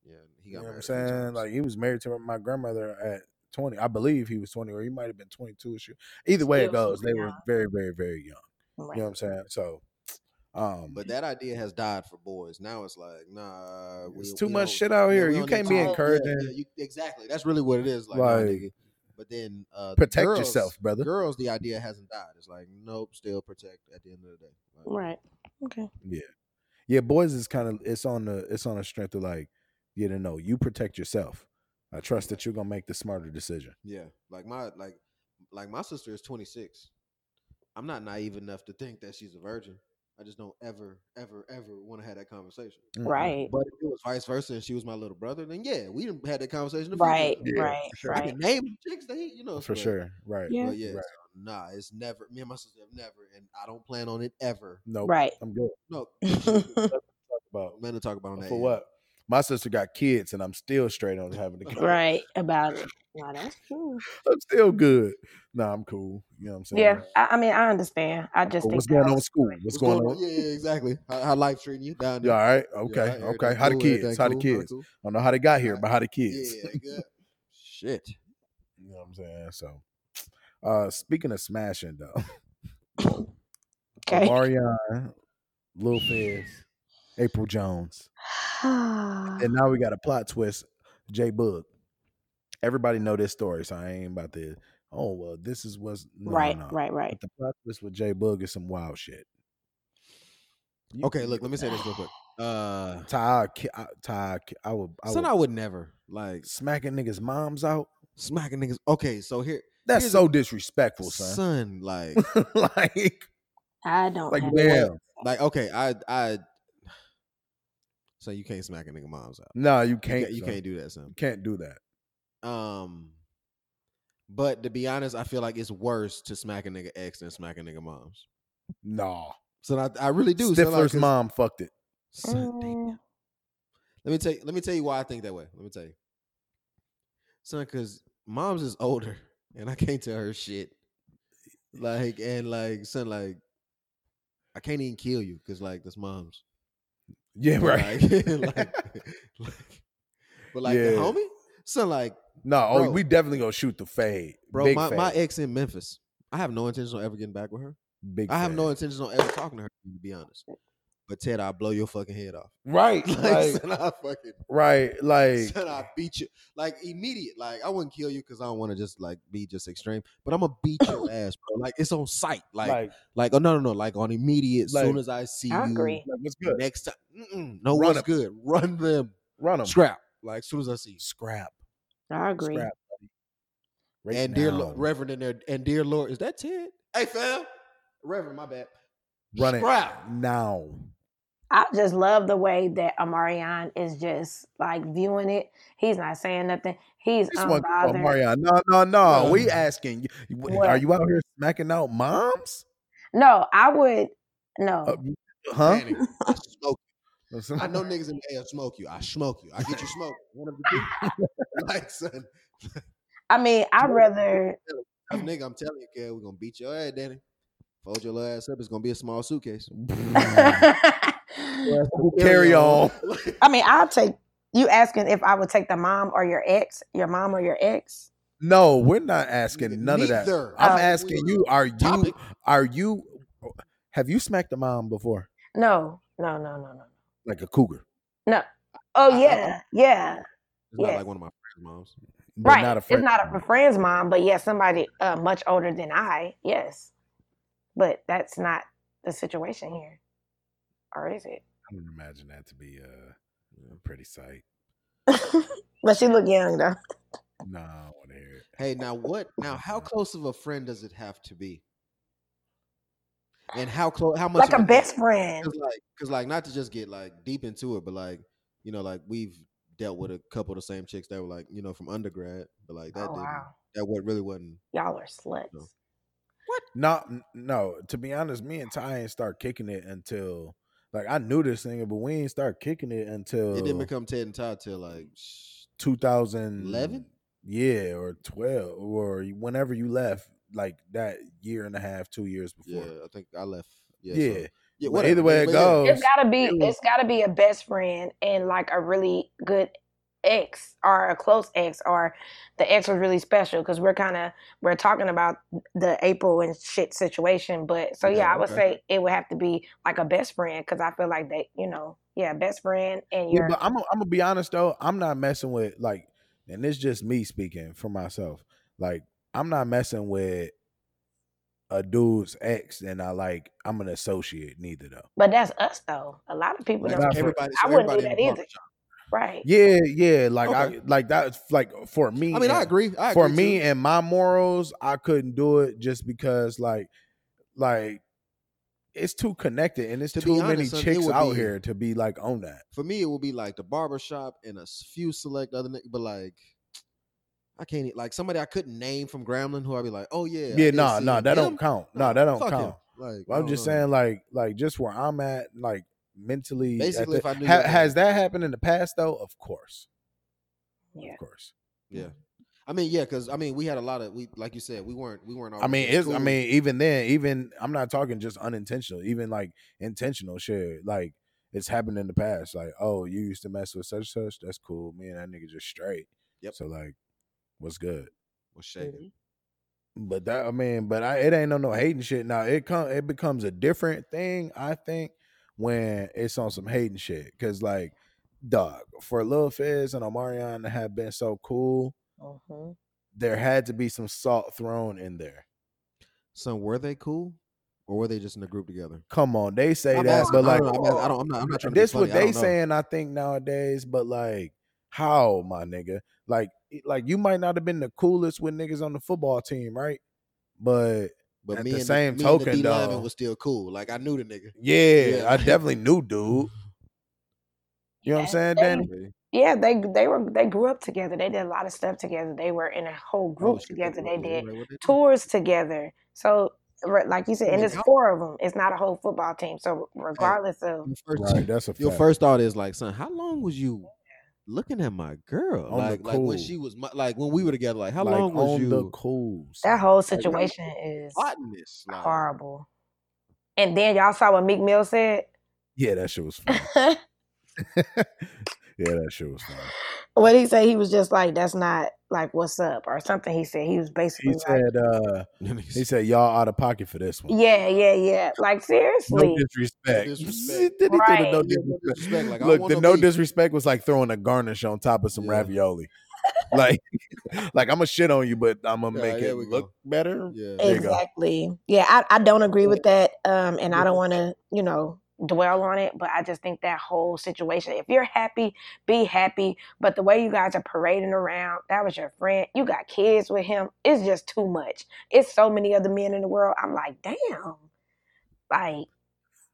yeah, he
You know what I'm
got married a few
saying?
times.
Like he was married to my grandmother at 20. I believe he was 20 or he might have been 22 or shit. Either way it
Still
goes,
super
they were
young.
very, very, very young.
Right.
You know what I'm saying? So, um,
But that idea has died for boys. Now it's like, nah, we-
it's too
we
much
don't-
shit out
yeah,
here.
we
you
don't need
can't
you.
be
Yeah, yeah,
encouraging.
you- exactly. That's really what it is. Like, nah,
Like,
nigga. but then uh, the
Protect
girls-
yourself,
[laughs]
brother.
Girls, the idea hasn't died. It's like, nope, still protect at the end of the day. Like,
Right. Okay.
Yeah, boys is kind of it's on the it's on the strength of like, you don't know, you protect yourself. I trust that you're gonna make the smarter decision.
Yeah, like my like like my sister is 26. I'm not naive enough to think that she's a virgin. I just don't ever, ever, ever want to have that conversation.
Mm-mm.
Right.
But if it was vice versa, and she was my little brother, then yeah, we didn't had that conversation. a few
Right.
times.
Yeah,
right.
for sure.
I
Right.
can name chicks that he, you know,
for
but-
sure. Right.
Yeah.
But yeah,
Right.
so, nah, it's never. Me and my sister have never, and I don't plan on it ever.
No,
Right.
I'm good.
No,
About
man, to talk about on that.
for
end.
what? My sister got kids, and I'm still straight on having
[laughs]
the kids.
right about it. Now that's cool.
I'm still good. Nah, I'm cool. You know what I'm saying?
Yeah, I, I mean, I understand. I just
Well,
think
what's
that
going on
was-
with school? What's,
What's
going, on?
Yeah, yeah, exactly. How, how life treating you down
You
there?
all right?
Yeah,
Okay.
everything
okay. How the
cool,
kids?
everything
How the
cool,
kids?
everything cool?
I don't know how they got here,
Alright.
but how the kids?
Yeah, good. Shit.
You know what I'm saying? So, uh, speaking of smashing though,
okay.
Omarion, Lil Fizz, April Jones,
[sighs]
and
Ah.
now we got a plot twist. J Bug. Everybody know this story, so I ain't about to. Oh well, this is what's no, no,
right,
no.
right, right.
But the plot twist with J Bug is some wild shit. You-
Okay, look, let me say this real quick. Uh,
Ty, I ki- I- Ty, I ki- I would, [sighs] I
son,
would
I would never like
smacking niggas' moms out.
smacking niggas. Okay, so here,
That's
Here's
so
a-
disrespectful, son.
son, like,
[laughs] like,
I don't.
like,
have-
damn.
like, okay, I, I. [sighs] So you can't smack a nigga mom's out.
No, you
You
can't.
can't, you
son.
can't do that,
You
son.
can't do that.
Um, but to be honest, I feel like it's worse to smack a nigga ex than smack a nigga mom's.
Nah.
So I, I really do. son, like,
Stifler's
'cause-
mom fucked it.
Son, damn.
Mm,
Let me tell you, let me tell you why I think that way. Let me tell you. Son, cause mom's is older and I can't tell her shit. Like, and like, son, like, I can't even kill you because like [laughs] that's mom's.
Yeah, [laughs] right.
Like, like, like, But like the
Yeah.
homie, so like,
No,
Bro.
oh, we definitely gonna shoot the fade,
bro,
Big
my,
fade.
my ex in Memphis. I have no intention on ever getting back with her.
Big
I have no
fade.
intention on ever talking to her, to be honest. But Ted, I'll blow your fucking head off.
right,
[laughs] Like,
like,
son, I fucking
right, like
son, I beat you. Like immediate. Like I wouldn't kill you because I don't want to just like be just extreme. But I'm gonna beat
[coughs]
your ass, bro. Like it's on sight. Like like,
like,
oh no no no. Like on immediate.
Like-
soon as I see
I
you
agree.
like, what's good?
next time. Mm-mm, no
Run
one's
'em.
good. Run them.
Run them,
Scrap. Like soon as I see you.
scrap,
I agree.
scrap. Right
and dear Lo-
now.
Reverend in there. And dear Lord, is that Ted? Hey fam, Reverend, my bad.
run it
Scrap.
now.
I just love the way that Amarion is just like viewing it. He's not saying nothing. He's
This one, oh,
unbothered.
Mario. No, no, no.
Bro.
We asking. you-
What?
Are you out here smacking out moms?
no, I would no.
Uh, [laughs] huh?
Manny, I smoke. I know niggas in the air smoke you. I smoke you. I get you [laughs] smoke. One of the two. like son,
I mean, I'd rather
tough nigga, I'm telling you, kid, we're gonna beat your ass, Danny. Fold your little ass up. It's gonna be a small suitcase.
[laughs] I
Carry on.
mean, I'll take you asking if I would take the mom or your ex, your mom or your ex.
No, we're not asking none of that.
Neither.
I'm
Um,
asking you. Are you?
[laughs] Topic.
Are you? Have you smacked a mom before?
No, no, no, no, no.
Like a cougar,
Oh
I- I-
yeah, yeah.
It's not
Yeah.
like one of my friend's moms.
but
right.
not a
it's
friend.
not a friend's mom, but yeah, somebody uh, much older than I. Yes, but that's not the situation here, or is it?
I would imagine that to be uh, a pretty sight.
[laughs] but she look young though.
No, I want to hear it.
Hey, now what? Now, how close of a friend does it have to be? And how close? How much?
Like a best friend.
Because, like, 'cause, like, not to just get like deep into it, but like, you know, like we've dealt with a couple of the same chicks that were like, you know, from undergrad, but like that
Oh
didn't.
wow,
That what really wasn't.
y'all are sluts.
No.
No, n- no. To be honest, me and Ty ain't start kicking it until like I knew this thing, but we ain't start kicking it until
It didn't become Ted and Todd till like sh-
2011 yeah or 12 or whenever you left like that year and a half two years
yeah,
before
I think I left. Yeah,
yeah,
so- yeah.
But
whatever,
either way it
but yeah.
goes
It's gotta be.
it was-
It's gotta be a best friend and like a really good ex or a close ex or the ex was really special because we're kind of we're talking about the April and shit situation. But so yeah,
Yeah,
I would
okay.
say it would have to be like a best friend because I feel like they, you know, yeah, best friend and
Yeah,
your
but I'm gonna- I'm gonna be honest though. I'm not messing with like, and it's just me speaking for myself. Like, I'm not messing with a dude's ex, and I like I'm an associate neither though.
But that's us though. A lot of people
Like,
don't.
not for-
everybody, so
I wouldn't do
everybody in
that
the
either.
barbershop.
Right.
Yeah, yeah. Like
Okay.
I like that's like for me.
I mean, I
and-
agree. I
for
agree
me
too.
and my morals, I couldn't do it just because like like it's too connected and it's
To be
too many
honest, son, it
chicks
would
out
be-
here to be like on that.
for me, it would be like the barbershop and a s- few select other niggas, but like. I can't e- like somebody I couldn't name from Gremlin who I'd be like, oh yeah, I
Yeah,
did
nah,
see
nah,
him.
that
Him?
don't count. Nah, that don't
fuck
count.
him. Like,
Well, I'm
no,
just
no, no.
saying, like, like just where I'm at, like mentally. at
Basically,
the-
if I knew
ha-
your
has that happened in the past though? Of course,
Yeah.
of course.
I mean, yeah, because I mean, we had a lot of we, like you said, we weren't, we weren't.
I
always
mean,
in
it's. I
school.
mean, even then, even I'm not talking just unintentional. Even like intentional shit, like it's happened in the past. Like, oh, you used to mess with such and such. That's cool. Me and that nigga just straight.
Yep.
So like, what's good?
was shaking.
But that I mean, but I it ain't no no hating shit. Now it come it becomes a different thing, I think, when it's on some hating shit. Cause like, dog, for Lil Fizz and Omarion to have been so cool,
Mhm.
there had to be some salt thrown in there.
So were they cool, or were they just in a group together?
Come on, they say
I'm
that,
asking-
but like
I don't, know, I'm, asking- I don't, I'm not, I'm not trying to be
this
funny,
what
I don't
they
know.
saying, I think nowadays, but like how, my nigga? Like it- like you might not have been the coolest with niggas on the football team, right? But
But
at
me
the
and
same
me
token,
and the D lineman
though-
was still cool. Like I knew the nigga.
yeah,
Yeah,
I
like-
definitely knew dude. You know what I'm
Yeah,
saying,
they-
Danny?
Yeah, they they were they grew up together. They did a lot of stuff together. They were in a whole
Oh,
group together. They Oh, did tours together. So, re- like you said, and
Yeah,
it's
how-
four of them. It's not a whole football team. So, regardless of
Your first,
Right, that's a
your
fact.
first thought is like, son, how long was you looking at my girl? [laughs]
On the
like, like when
cool.
she was, my, like when we were together. Like, how
Like,
long was
on the
you
cools?
that whole
Like, that was
situation is
hotness? Like,
horrible. And then y'all saw what Meek Mill [laughs] said.
[laughs]
Yeah, that shit was fun. yeah, that shit was fun.
What he say? He was just like, "That's not like what's up" or something. He said he was basically
He
like,
said, uh, he said, y'all out of pocket for this one.
"Yeah, yeah, yeah." Like seriously,
No disrespect.
No disrespect.
He threw the
Right.
no
Yeah, no
disrespect.
disrespect, like, I
Look,
want
the
no
no
beef.
disrespect was like throwing a garnish on top of some
Yeah.
ravioli. [laughs] like, like I'm gonna shit on you, but I'm gonna
Yeah,
make
there
it
we go.
look better.
Yeah.
There you go.
exactly. Yeah, I, I don't agree with that, um, and I don't want to, you know, dwell on it. But I just think that whole situation. If you're happy, be happy. But the way you guys are parading around, that was your friend. You got kids with him. It's just too much. It's so many other men in the world. I'm like, damn. Like,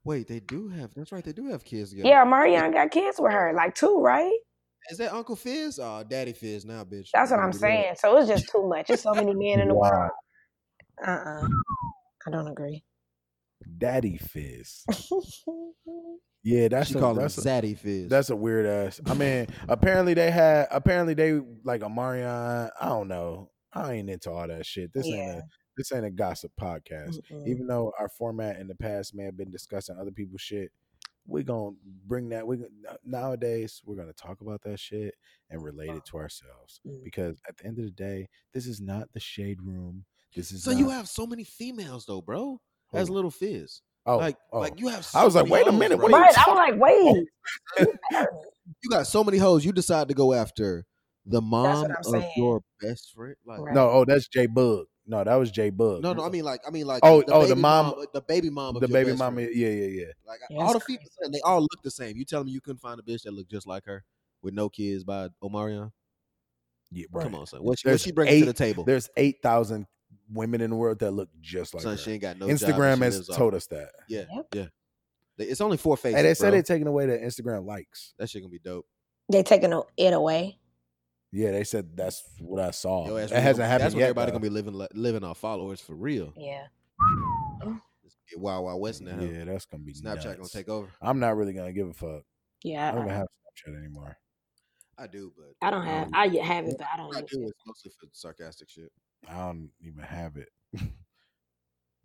Wait, they do have. That's right. They do have kids together.
yeah, Marion got kids with her, like two, right?
Is that Uncle Fizz? Oh, Daddy Fizz now, bitch.
That's what
Don't
I'm
do that.
saying. So it's just too much. It's so many men in the
Wow.
world. Uh uh I don't agree. [laughs]
Daddy Fizz. Yeah, that's
she
a,
called him
that's a,
Zaddy Fizz.
That's a weird ass. I mean, apparently they had apparently they like a Marion. I don't know. I ain't into all that shit. This ain't
Yeah.
a this ain't a gossip podcast.
Mm-mm.
Even though our format in the past may have been discussing other people's shit, we gonna bring that. We gon- nowadays we're gonna talk about that shit and relate it to ourselves
Mm.
because at the end of the day, this is not the shade room. This is
so you
not-
have so many females though, bro.
Who?
That's little Fizz.
oh,
like,
oh.
like you have. So
I was like,
many
wait a
hoes,
minute,
bro.
what are you
Right. I'm like, wait.
You got so many hoes. You decide to go after the mom
what I'm
of
saying.
your best friend. Like,
Right.
Um, no, oh, that's Jay Bug. No, that was Jay Bug.
no, no. I mean, like, I mean, like,
Oh, oh, the mom-
the baby mom, of
the
your
baby
best
mama.
friend.
Yeah, yeah, yeah.
Like
Yeah,
all the
that's
females, they all look the same. You telling me you couldn't find a bitch that looked just like her with no kids by Omarion?
Yeah, right.
Come on, son. What she, what
There's
she bringing
eight-
to the table?
There's eight thousand women in the world that look just like
son,
her.
she ain't got no job and
Instagram
she
has
lives off-
told us that.
Yeah,
Yep.
yeah. They- It's only four faces.
Hey, they said
bro.
they're taking away the Instagram likes.
that shit gonna be dope.
They taking o- it away.
Yeah, they said that's what I saw.
Yo,
It
that's
Oh, that
really
hasn't
gonna-
happened
That's when
yet.
everybody
though.
gonna be living li- living off followers for real.
Yeah.
It's gonna get Wild Wild West now.
Yeah, that's gonna be
Snapchat gonna
nuts.
take Uh-uh. over.
I'm not really gonna give a fuck. I don't
Yeah.
even have Snapchat anymore.
I do, but
I, I don't
um,
have. I y- have it, but I don't.
I
use
do
it.
it mostly for sarcastic shit.
I don't even have it. [laughs]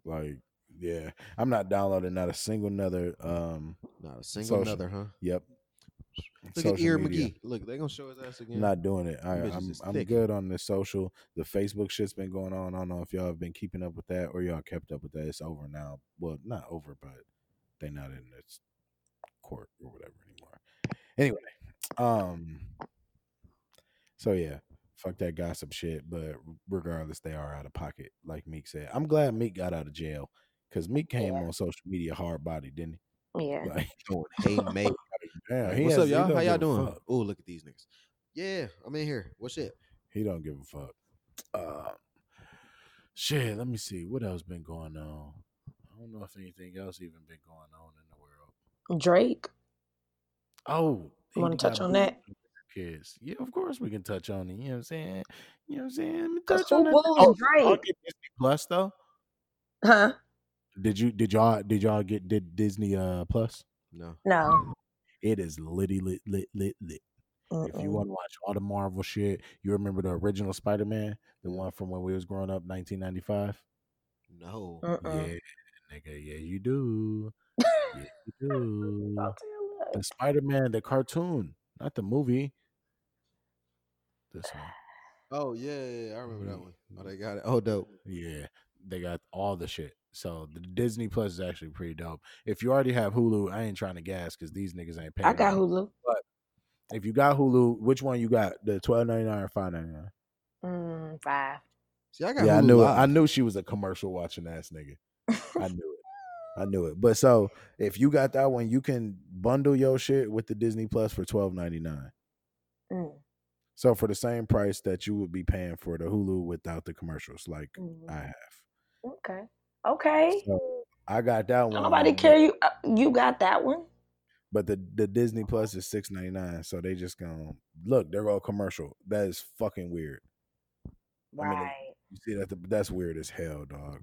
like, yeah, I'm not downloading not a single another. Um,
Not a single
Social.
another, huh?
yep.
Look at
Social
Ear
media.
McGee. Look, they gonna show his ass again.
I'm not doing it. I,
Them bitches
I'm
is
I'm
thick.
good on the social. The Facebook shit's been going on. I don't know if y'all have been keeping up with that or y'all kept up with that. It's over now. Well, not over, but they not in this court or whatever anymore. Anyway, um, so yeah, fuck that gossip shit. But regardless, they are out of pocket, like Meek said. I'm glad Meek got out of jail because Meek came
Yeah.
on social media hard body, didn't he?
Yeah.
[laughs] Like,
doing hey mate.
yeah, [laughs] he
What's
has-
up,
he
y'all?
don't
How y'all
give a
doing?
fuck.
Oh, look at these niggas. Yeah, I'm in here. What's it?
He don't give a fuck. Um, shit, let me see what else been going on. I don't know if anything else even been going on in the world.
Drake.
Oh,
You wanna
he got
touch on
booed
that?
by Kids, yeah, of course we can touch on it. You know what I'm saying? You know what I'm saying? Let me
'Cause
touch
who
on that.
booed
Oh,
Drake?
y'all get Disney Plus though.
Huh?
Did you? Did y'all? Did y'all get did Disney uh Plus?
No.
No.
It is litty lit lit lit lit. If you
Mm-mm.
want to watch all the Marvel shit, you remember the original Spider Man, the one from when we was growing up, 1995.
No.
Mm-mm.
Yeah, nigga. Yeah, you do. Yeah, you do.
[laughs]
[laughs]
I'll tell you what.
The Spider Man, the cartoon, not the movie. This one.
Oh yeah, yeah, yeah, I remember that
Mm.
one. Oh, they got it. Oh, dope.
Yeah, they got all the shit. So the Disney Plus is actually pretty dope. If you already have Hulu, I ain't trying to gas because these niggas ain't paying.
I got
me.
Hulu.
If you got Hulu, which one you got? The twelve ninety nine or five ninety nine?
Mm, five.
See, I got.
Yeah, I
Hulu
knew it.
Live.
I knew she was a commercial watching ass nigga.
[laughs]
I knew it. I knew it. But so if you got that one, you can bundle your shit with the Disney Plus for twelve ninety nine.
Mm,
So for the same price that you would be paying for the Hulu without the commercials, like
mm.
I have.
Okay. Okay.
So um, I got that one.
Don't nobody
but-
care you. Uh, you got that one.
But the, the Disney Plus is six ninety nine. So they just gonna look, they're all commercial. That is fucking weird. I mean, it-
Right.
You see that that's weird as hell, dog.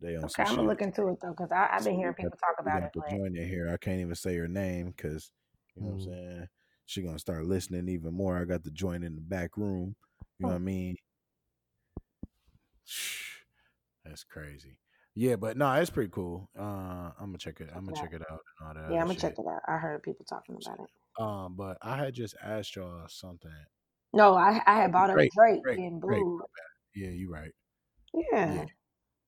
They on
Okay.
some
I'm
shit.
gonna look into it though, cause I, I've been
So we
hearing
got-
people talk
we
about
got
it.
the
but- Mm.
joint in here. I can't even say her name because you know what I'm saying. She gonna start listening even more. I got the joint in the back room.
Oh.
You know what I mean? That's crazy. Yeah, but no, it's pretty cool. Uh, I'm gonna check it. I'm gonna
Okay.
check it out and all that.
yeah, I'm
other
gonna check
uh, shit.
it out. I heard people talking about it.
Um, but I had just asked y'all something.
No, I I had bought a
Drake,
Drake,
Drake,
in
Drake.
Blue.
Yeah, you right.
Yeah. [clears throat]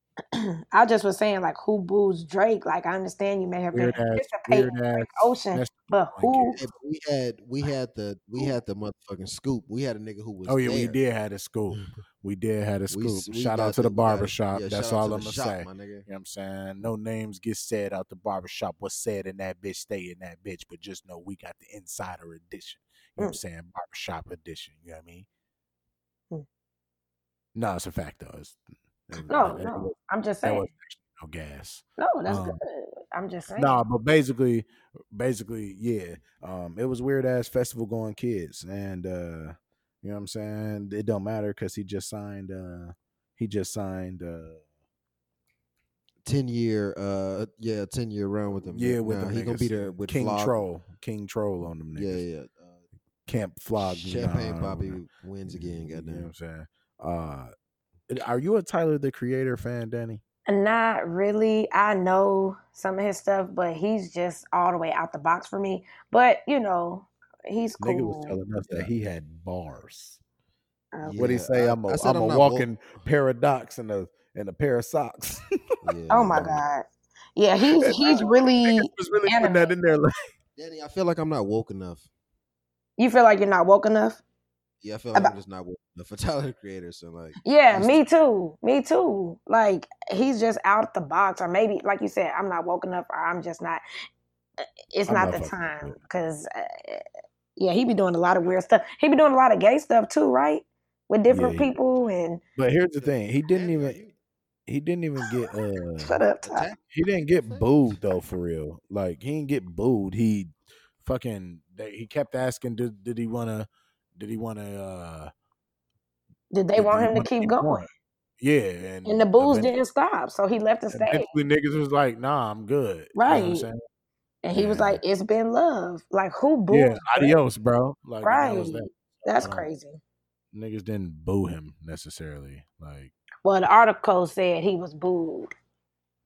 I just was saying, like, who boos Drake? Like, I understand you may have
Weird
been
ass-
participating
Weird
in
ass.
Frank Ocean,
that's-
but who?
Yeah, but we had we had the we had the motherfucking scoop. We had a nigga who was
Oh yeah, we
there. Mm.
did had a scoop. We did had a
We
scoop.
s- we
shout
got
out to the
we got-
barber shop.
yeah,
That's
shout out
all
to
I'm
the
gonna
shop,
say.
my nigga.
You know what I'm saying? No names get said out the barbershop. What's said in that bitch stay in that bitch, but just know we got the insider edition. You know what I'm
Mm.
saying? Barbershop edition. You know what I mean?
Mm.
No, it's a fact though. It's, it-
No,
it- it
no,
was-
I'm just
that
saying.
was actually no gas.
no, that's
um,
good. I'm just saying.
No, but basically, basically, yeah. Um, it was weird ass festival going kids, and uh, you know what I'm saying. It don't matter because he just signed. Uh, he just signed. Uh,
Ten year uh yeah, ten year run with him.
yeah, with
nah,
them
he gonna be
niggas.
there with
King
Flock.
Troll, King Troll on them niggas.
Yeah, yeah. yeah.
Camp
Uh,
Flog,
Champagne
nah,
Poppy
nah.
wins again.
You know what
Goddamn.
I'm saying. Uh, are you a Tyler the Creator fan, Danny?
Not really. I know some of his stuff, but he's just all the way out the box for me. But you know, he's cool.
Nigga was telling us that he had bars.
Uh,
Yeah.
What he say?
I-
I'm a
I said
am a
I'm not wal-
walking paradox and a and a pair of socks. [laughs]
Yeah,
Oh my
nah.
god. Yeah, he's he's really.
was really
putting that
in
[laughs]
there. Like,
Danny, I feel like I'm not woke enough.
You feel like you're not woke enough.
Yeah, I feel like
About-
I'm just not woke enough for [laughs] Tyler the Creator. So like,
Yeah,
He's-
me too. Me too. Like he's just out the box, or maybe, like you said, I'm not woke enough, or I'm just not. uh, It's
I'm
not,
not
the
fucking with
time,
it.
because uh, yeah, he be doing a lot of weird stuff. He be doing a lot of gay stuff too, right? With different
Yeah, he-
people and
but here's the thing: he didn't
Danny, are
even
you
he didn't even get uh
shut up. Ty.
attacked?
he didn't get booed though for real. Like he didn't get booed. He fucking they, he kept asking, did did he wanna did he wanna uh
Did they
did
want
he
him to
wanna
keep going?
Yeah, and,
And the booze
eventu-
didn't stop, so he left the stage.
Eventually, niggas was like, "Nah, I'm good." You know what I'm
Right.
saying?
And he was
Yeah.
like, "It's been love." Like who booed?
Yeah,
Drake?
adios, bro. Like, and that
Right.
was that.
That's
Um,
crazy.
Niggas didn't boo him necessarily. Like,
Well, the article said he was booed,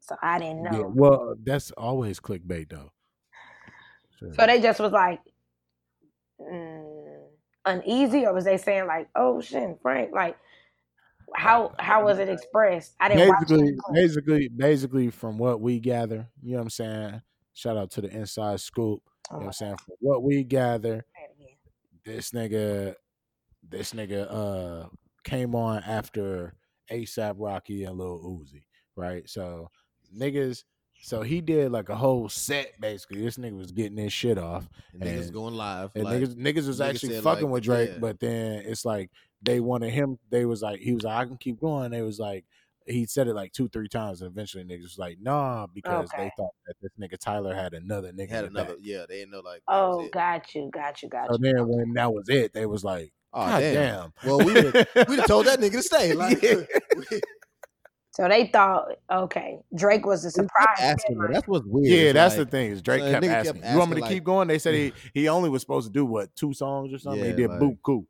so I didn't know.
yeah. Well, that's always clickbait though. Sure.
So they just was like mm, uneasy, or was they saying like, "Oh shit, Frank"? Like, how how was it expressed? I didn't watch
basically,
it.
basically, basically, from what we gather, you know what I'm saying. Shout out to the inside scoop. You know
Oh,
what I'm saying. From what we gather, this nigga, this nigga, uh, came on after ASAP Rocky and Lil Uzi, right? So niggas, so he did like a whole set basically. This nigga was getting his shit off,
And niggas
And-
going live.
and
like,
niggas, niggas was
niggas
actually
said,
fucking
like,
with Drake,
yeah.
but then it's like they wanted him. They was like, he was like, I can keep going. They was like, he said it like two, three times, and eventually niggas was like, nah, because they
Okay.
thought that this nigga Tyler had another nigga.
had
in the
another.
back.
Yeah, they didn't know like. that was
Oh,
it.
got you, got you, got
So
you.
then when that was it, they was like,
Aw,
God
damn.
damn.
Well, we would we have told that nigga to stay.
[laughs]
Like,
Yeah.
we-
So they thought, okay, Drake was the
we kept
surprise.
asking her.
headline.
That's what's weird.
[laughs] Yeah,
It's
that's
like,
the thing. Is Drake
so that
kept
nigga
asking,
kept
"You want me to
asking,
keep going?" They said
[laughs]
he he only was supposed to do what two songs or something. he
Yeah,
did
like-
"Boo Cool."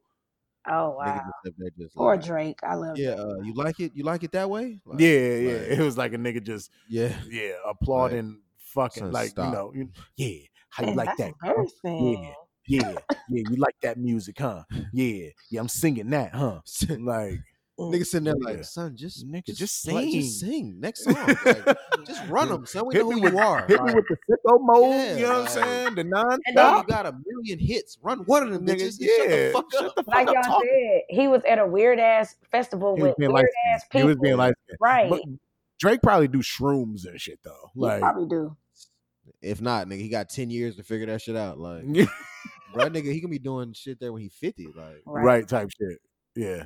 Oh wow,
niggas just up there just
poor
like,
Drake. I love.
Yeah,
Drake.
uh, you like it? You like it that way? Like,
yeah, yeah. [laughs] it
like-
was like a nigga just
yeah. [laughs]
yeah applauding, fucking
son,
like you
stop.
know, you, yeah. How you
Man,
like that?
that's
huh?
embarrassing.
Yeah, yeah. You like that music, huh? Yeah, yeah. I'm singing that, [laughs] huh? Like
Niggas sitting there like,
Nigga.
son, just
Nigga,
just,
Oh, just
play- just
sing.
sing next song, like, just run them. So we
Hit
know
me
who
with-
you are.
[laughs] hit me
Like,
with the sicko mode.
Yeah,
you know what I'm
like-
saying? The
And then
non-stop.
you got a million hits. Run one of them
Nigga,
bitches. and
yeah,
Shut the fuck
shut
up.
the fuck
Like
up
y'all
talking.
said, he was at a weird ass festival
He was
with
being
weird
light-skinned.
ass
He
people.
was being like,
right?
but Drake probably do shrooms and shit though. [laughs]
you
Like,
probably do.
if not, nigga, he got ten years to figure that shit out. Like,
right.
bro, that nigga, he can be doing shit there when he fifty. Like,
type shit. Yeah.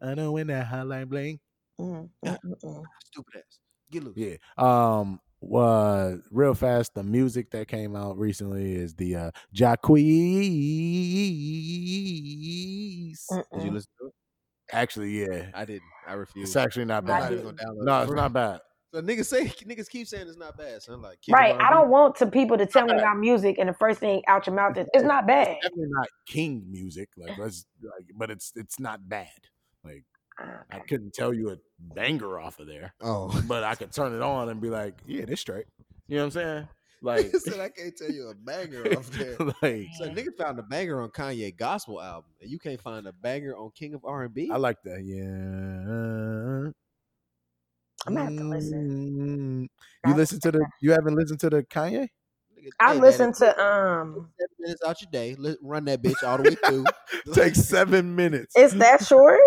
I know when that hotline bling.
Mm, mm, mm, mm.
stupid ass. Get loose.
Yeah. Um. Uh, real fast. The music that came out recently is the uh, Jacquees.
Did you
Mm-mm.
listen to it?
Actually, yeah.
I didn't. I refuse.
It's actually not
I
I'm not
bad.
even
didn't.
gonna download
No,
it.
it's not bad.
So niggas say niggas keep saying it's not bad. So I'm like, Kendrick
Right. I
Lamar,
don't want to people to tell me about music and the first thing out your mouth is it's not bad.
Definitely not king music. Like, let's, like, but it's it's not bad. Like,
Uh,
I couldn't tell you a banger off of there,
Oh,
but I could turn it on and be like, yeah, this straight. You know what I'm saying?
[laughs]
Like, [laughs]
[laughs]
He said I can't tell you a banger off there.
like
So nigga found a banger on Kanye gospel album, and you can't find a banger on King of R and B.
I like that. Yeah. Mm.
I'm gonna have to
listen. You
That's-
listen to the? You haven't listened to the Kanye?
I listened to um.
Seven minutes out your day, li- run that bitch all the way
[laughs]
through.
Take seven minutes.
It's that short?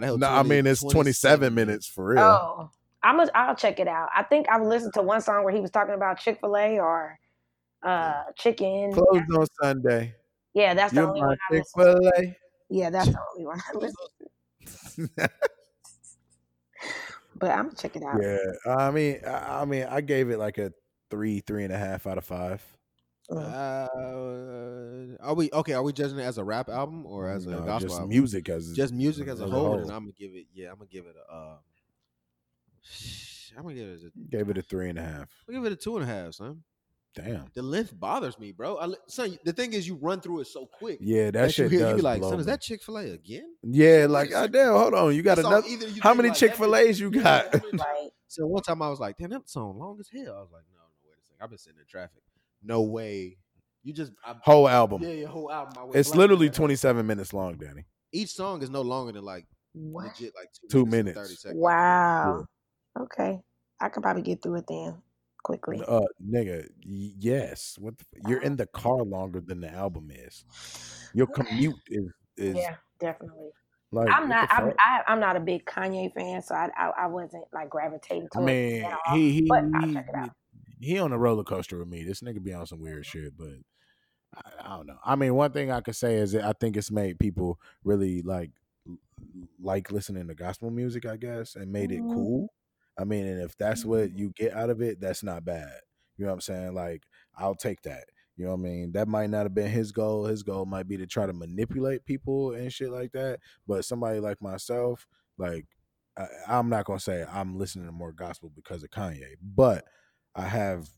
No,
No, I mean it's twenty-seven minutes for real.
Oh, I'm a, I'll check it out. I think I've listened to one song where he was talking about Chick Fil A or uh chicken.
Closed on Sunday.
Yeah, that's the
You're
only
my
one I
Chick
listen.
Fil A.
Yeah, that's the only one I listen. But I'm gonna check it out.
Yeah, I mean, I, I mean, I gave it like a three, three and a half out of five.
Uh, are we okay? Are we judging it as a rap album or as a
No,
gospel
just
album?
music as
Just music as a
as a
whole.
whole.
And I'm gonna give it. Yeah, I'm gonna give it a. Uh, I'm gonna give it. A,
gave it a three and a half.
I'll give it a two and a half, son.
Damn.
The length bothers me, bro. I, li- son, the thing is, you run through it so quick.
Yeah, that,
that
shit
you hear,
does
you be like,
blow
son, is
me.
that Chick Fil A again?
Yeah, like, oh, damn, hold on, you got
That's all-
another.
either you
How
think,
many
like, that
Chick Fil
bitch-
A's you got? [laughs]
Like,
So one time I was like, damn, that song long as hell. I was like, no, no, wait a second. I've been sitting in traffic. No way. You just I,
Whole album.
Yeah, your whole album. I went
It's
blank.
literally twenty-seven minutes long, Danny.
Each song is no longer than like
what?
legit like two,
Two
minutes, and
minutes.
thirty seconds.
Wow. Okay, I could probably get through it then quickly.
Uh, nigga, y- yes. What the, f-
Uh-huh.
you're in the car longer than the album is. Your commute is is
Yeah, definitely.
like.
I'm
what
not.
the
I'm,
fuck?
I, I'm not a big Kanye fan, so I, I, I wasn't like gravitating
I
towards.
mean,
at all,
he he
but I'll
he,
check it out.
he on a roller coaster with me. This nigga be on some weird shit, but I, I don't know. I mean, one thing I could say is that I think it's made people really like like listening to gospel music, I guess, and made it
Mhm.
cool. I mean, and if that's what
Mm-hmm.
you get out of it, that's not bad. You know what I'm saying? Like, I'll take that. You know what I mean? That might not have been his goal. His goal might be to try to manipulate people and shit like that. But somebody like myself, like I, I'm not gonna say I'm listening to more gospel because of Kanye, but I have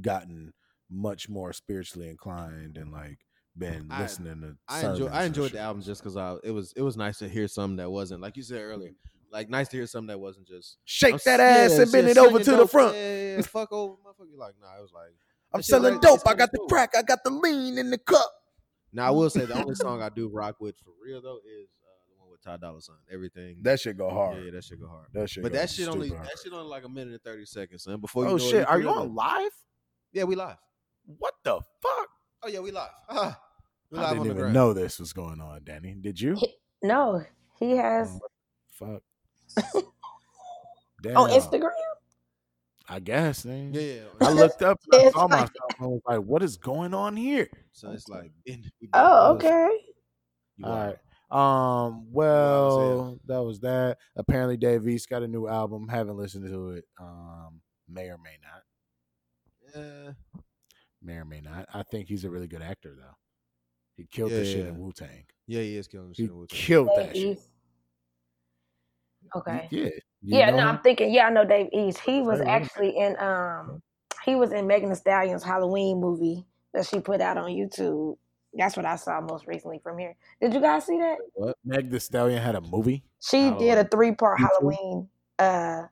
gotten much more spiritually inclined and like been
I-
listening to.
I enjoy.
sermons
I
and
enjoyed
shit.
the album just because I it was it was nice to hear something that wasn't like you said earlier. Like nice to hear something that wasn't just
Shake
I'm
that
s-
ass
yeah,
and bend
yeah,
it over
singing
to the
dope,
front.
Yeah, yeah, yeah, fuck over, motherfucker. You're Like, nah, it was like.
I'm
That shit
selling
right there
dope.
is
I got the
kinda cool.
crack. I got the lean in the cup.
Now I will say the only song I do rock with for real though is uh, the one with Ty Dolla Sign. Everything
That shit go hard.
Yeah, that shit go hard.
That shit.
But
go
that shit only
stupid hard.
that shit only like a minute and thirty seconds, son. Before you
Oh
know it,
shit! Are
through
you
there,
on
like-
live?
Yeah, we live.
What the fuck?
Oh yeah, we live. Ah, we live
I didn't
on the
even
ground.
know this was going on, Danny. Did you?
No, he has
Oh, Fuck.
on
Damn.
Instagram.
I guess. Man.
Yeah, yeah.
I looked up and I
It's
saw
like-
myself. I was like, "What is going on here?"
So it's like. [laughs] in- we back.
Oh, okay.
You
All
wild.
right. Um. Well, that was that. Apparently, Dave East got a new album. Haven't listened to it. Um. May or may not.
Yeah.
May or may not. I think he's a really good actor, though. He killed
Yeah,
the shit
yeah.
in Wu Tang.
Yeah, he is killing the
He
shit. with it.
killed
Dave
that shit.
East. Okay.
Yeah. You
yeah,
know
no,
him?
I'm thinking. Yeah, I know Dave East. He was
Hey, what-
actually in um, he was in Megan Thee Stallion's Halloween movie that she put out on YouTube. That's what I saw most recently from here. Did you guys see that?
What? Meg The Stallion had a movie.
She did a
Halloween.
three part
Me too.
Halloween uh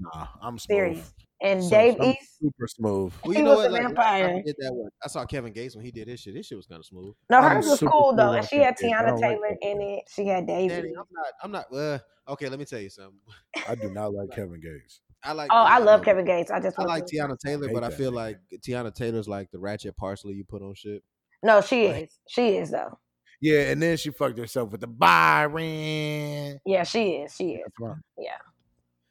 Nah, I'm smooth.
series, and
So-
Dave
I'm
East.
super smooth.
Well,
He
you know
was
what?
a
Like, I- I
vampire.
did that one. I saw Kevin Gates when he did his shit. His shit was kind of smooth.
No,
I'm
hers was
super
cool though,
cool
and she
on
had
Dave East. I
Tiana
don't like
Taylor
Kevin
in it. She had Dave.
Danny,
East.
I'm not. I'm not. Uh, okay, let me tell you something. [laughs]
I do not
[laughs]
like Kevin Gates.
I like.
Oh, I love
Kevin.
Kevin Gates. I just
I
want
like
to.
Tiana Taylor,
hate
but I
that
feel
nigga.
like Tiana Taylor's like the ratchet parsley you put on shit.
No, she is. She is though.
Yeah, and then she fucked herself with the Byron.
Yeah, she is. She is.
That's wrong.
But
Yeah,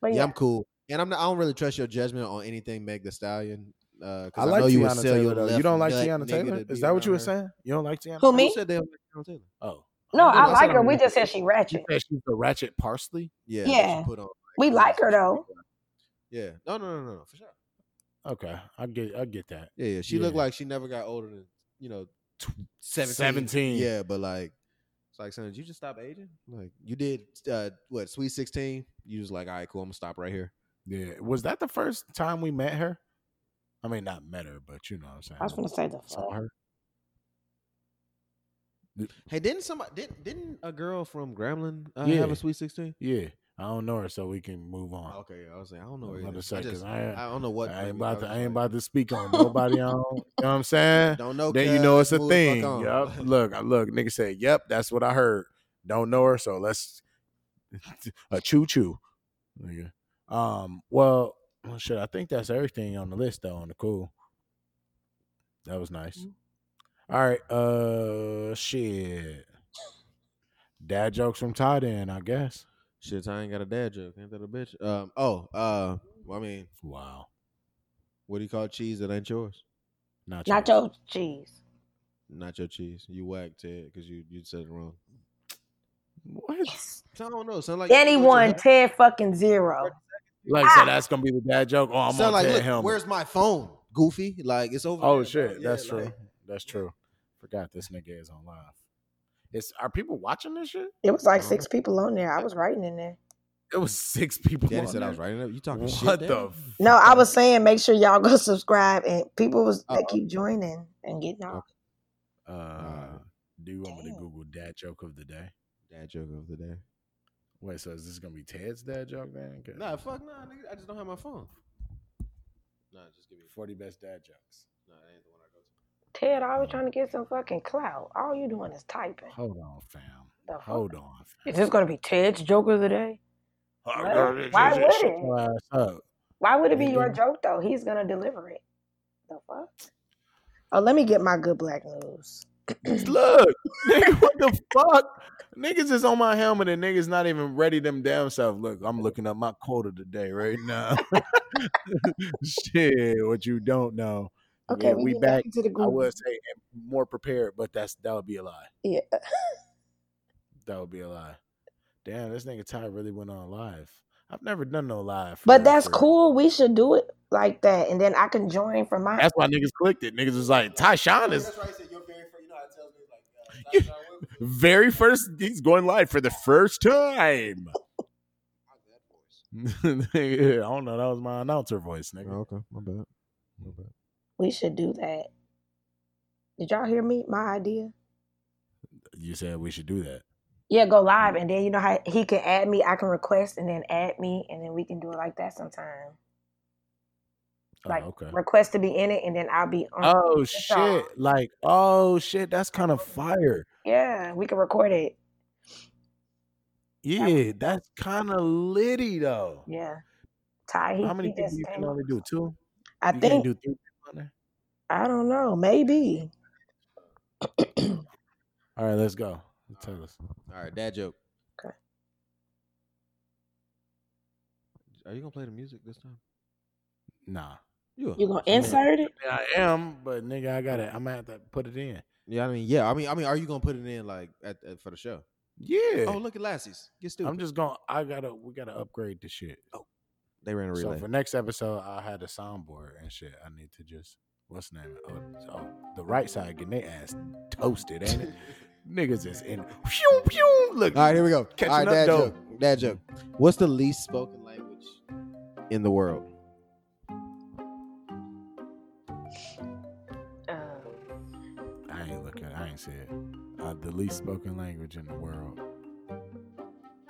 Oh, yeah,
I'm cool, and I'm not, I don't really trust your judgment on anything Meg The Stallion. Uh,
I
'cause
like
know you would
Tiana
sell your
Taylor. Though. You
left
don't like
nut
Tiana
nigga
Taylor?
to be
Is that what you were
around her.
saying? You don't like Tiana?
who me?
Who said they don't like Tiana Taylor?
Oh,
No,
I
I
said
like
I'm
her. We
really
just said she ratchet.
you said she's the ratchet parsley.
Yeah, that she
Yeah.
put on, like,
We
all
like
this
her
shit.
though.
Yeah, no, no, no, no, no, for sure.
Okay, I get, I get that.
Yeah, yeah. She looked
Yeah.
like she never got older than you know seventeen.
17.
Yeah, but like. It's like, son, did you just stop aging? Like, you did uh, what? Sweet sixteen. You was like, all right, cool. I'm gonna stop right here.
Yeah, was that the first time we met her? I mean, not met her, but you know what I'm saying.
I was gonna say the
saw
fuck.
her.
Hey, didn't somebody didn't didn't a girl from Gremlin uh, have
Yeah.
a sweet sixteen?
Yeah, I don't know her, so we can move on.
Okay, I was saying I don't
I
know.
was
her
Uh, about
either.
to say,
I,
'cause
just,
I-
I don't know what.
I ain't
movie.
about to,
was
I ain't
like,
about to speak on nobody on. You know what
[laughs]
I'm saying?
Don't know.
Then you know
cuz,
it's a
move the fuck
thing.
on.
Yup. [laughs] Look, I look, nigga said, "Yep, that's what I heard." Don't know her, so let's [laughs] a choo choo. Nigga. Um. Well, shit. I think that's everything on the list though. On the cool. That was nice.
Mm-hmm.
All right. Uh. Shit. Dad jokes from Todd in, I guess.
Shit, I ain't got a dad joke. Ain't that a bitch? Um. Oh. Uh. Well, I mean,
Wow.
what do you call cheese that ain't yours?
Not
Nacho cheese.
Not your cheese. You whacked Ted because you you said it wrong.
What?
Yes.
So I don't know. Sound like
Anyone, Ted fucking zero.
Like, so that's gonna be the dad joke. Oh, I'm
Sound
on
Ah. like
Ted
look,
Helms.
where's my phone? Goofy. Like it's over.
Oh
there,
shit,
dog. Yeah,
that's
like-
true. That's true. Forgot this nigga is on live. It's are people watching this shit?
It was like
I don't
six people on there. I was writing in there.
It was six people. on
Daddy said I
there.
was writing up. You talking shit?
What
Daddy?
the?
No, I was saying make sure y'all go [laughs] subscribe and people was
Oh.
that keep joining and getting off.
Uh, do you want me to
Damn.
Google dad joke of the day?
dad joke of the day.
Wait, so is this gonna be Ted's dad joke then? 'Cause-
Nah, fuck nah, nigga. I just don't have my phone. Nah, just give me.
forty best dad jokes.
Nah, that ain't the one I go to.
Ted always trying to get some fucking clout. All you doing is typing.
Hold on, fam.
The fuck?
Hold on.
Is this gonna be Ted's joke of the day?
Fam.
Why would
Shut
it?
your ass up.
Why would it be
He
your
didn't.
joke though? He's gonna deliver it. The fuck? Oh, let me get my good black news. [laughs]
Look, nigga, what the fuck? Niggas is on my helmet and niggas not even ready them damn self. Look, I'm looking up my quota today right now. [laughs] Shit, what you don't know.
Okay,
Yeah,
we,
we
get
back.
back into the
I
group.
would say and more prepared, but that's that would be a lie.
Yeah. [laughs]
That would be a lie. Damn, this nigga Ty really went on live. I've never done no live. for
But
real,
that's
for real.
cool. We should do it like that, and then I can join from my.
That's why niggas clicked it. Niggas was like, Tyshawn is
That's why I said your very first. You know how it tells me like. uh,
[laughs] You- very first. He's going live for the first
[laughs]
time. [laughs] Nigga, I don't know. That was my announcer voice, nigga.
Oh, okay, my bad. My bad.
we should do that. Did y'all hear me? My idea.
You said we should do that.
Yeah, go live, and then you know how he can add me. I can request, and then add me, and then we can do it like that sometime.
Oh,
Like
okay.
request to be in it, and then I'll be on.
Oh
all.
shit! Like oh shit! That's kind of fire.
Yeah, we can record it.
Yeah, that's kind of litty though.
Yeah, Ty. He,
How many
he
people
just
you
came
can
up-
only do two?
I
you
think
can't do three people on there.
I don't
[clears throat]
know. Maybe.
All right, let's go. Tell us.
All right, dad joke.
Okay.
Are you gonna play the music this time?
Nah,
You.
You gonna insert it?
I am, but nigga, I got to I'm gonna have to put it in.
Yeah, I mean, yeah. I mean, I mean, are you gonna put it in like at, at for the show?
Yeah,
Oh, look at Lassie's. Get stupid.
I'm just gonna. I gotta. We gotta upgrade the shit.
they ran a
Oh, So
relay.
for next episode, I had a soundboard and shit. I need to just what's the name? Oh, oh the right side getting their ass toasted, ain't [laughs] it? Niggas is in. Pew, pew, look,
All right, here we go.
Catching
All right,
up,
dad
though.
joke. Dad joke. What's the least spoken language in the world?
Um,
I ain't looking. I ain't see it. Uh, the least spoken language in the world.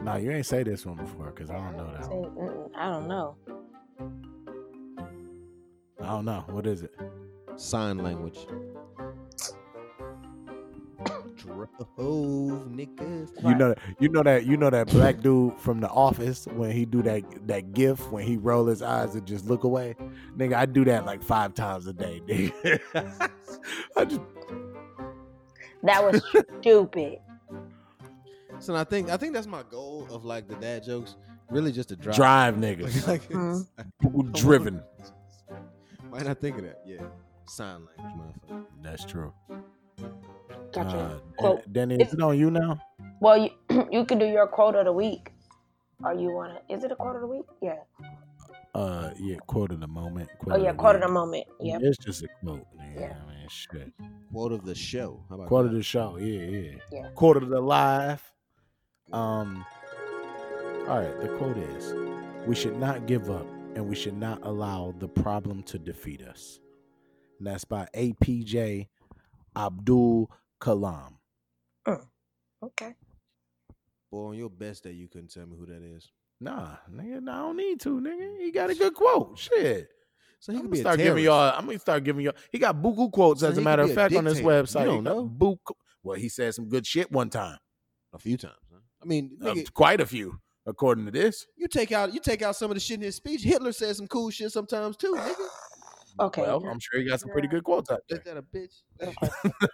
Nah, you ain't say this one before because I don't know that. One.
see, mm-mm, I don't know.
I don't know what is it.
Sign language. Drove niggas.
You know, that you know that you know that black dude from the office when he do that that gif when he roll his eyes and just look away, nigga. I do that like five times a day, nigga. [laughs] I just
That was stupid.
So I think I think that's my goal of like the dad jokes. Really, just to drive.
drive niggas, [laughs]
[laughs] Like, like
Mhm.
it's-
driven.
Why not think of that? Yeah. Sign language, motherfucker.
That's true.
Gotcha.
Uh,
Quote.
Danny, is it on you now?
Well, you [clears throat] you can do your quote of the week, or you wanna? Is it a quote of the week? Yeah.
Uh, yeah, quote of the moment. Quote
Oh yeah, quote of
week.
the moment. Yep.
It's just a quote, nigga.
Yeah.
I mean, shit.
Quote of the show. How about
Quote
that?
of the show, yeah, yeah.
Yeah.
Quote of the live. Um. All right, the quote is: "We should not give up, and we should not allow the problem to defeat us." And that's by APJ Abdul Kalam.
Okay.
Boy, on your best day, you couldn't tell me who that is.
Nah, nigga, nah, I don't need to, nigga. He got a good quote. Shit.
So he
I'm gonna
could be a
start giving
terrorist.
y'all. I'm gonna start giving y'all. He got buku quotes,
So
as
he
a
could
matter
be
of
a
fact, on his
dictator. You
website.
don't
He got
know.
buku- Well, he said some good shit one time.
a few times. Huh? I mean,
Uh,
nigga,
quite a few, according to this.
you take out you take out some of the shit in his speech. Hitler says some cool shit sometimes too. Nigga,
Mm-hmm. Okay.
well,
now-
I'm sure he got some pretty good quotes out
Ain't
there.
that a bitch?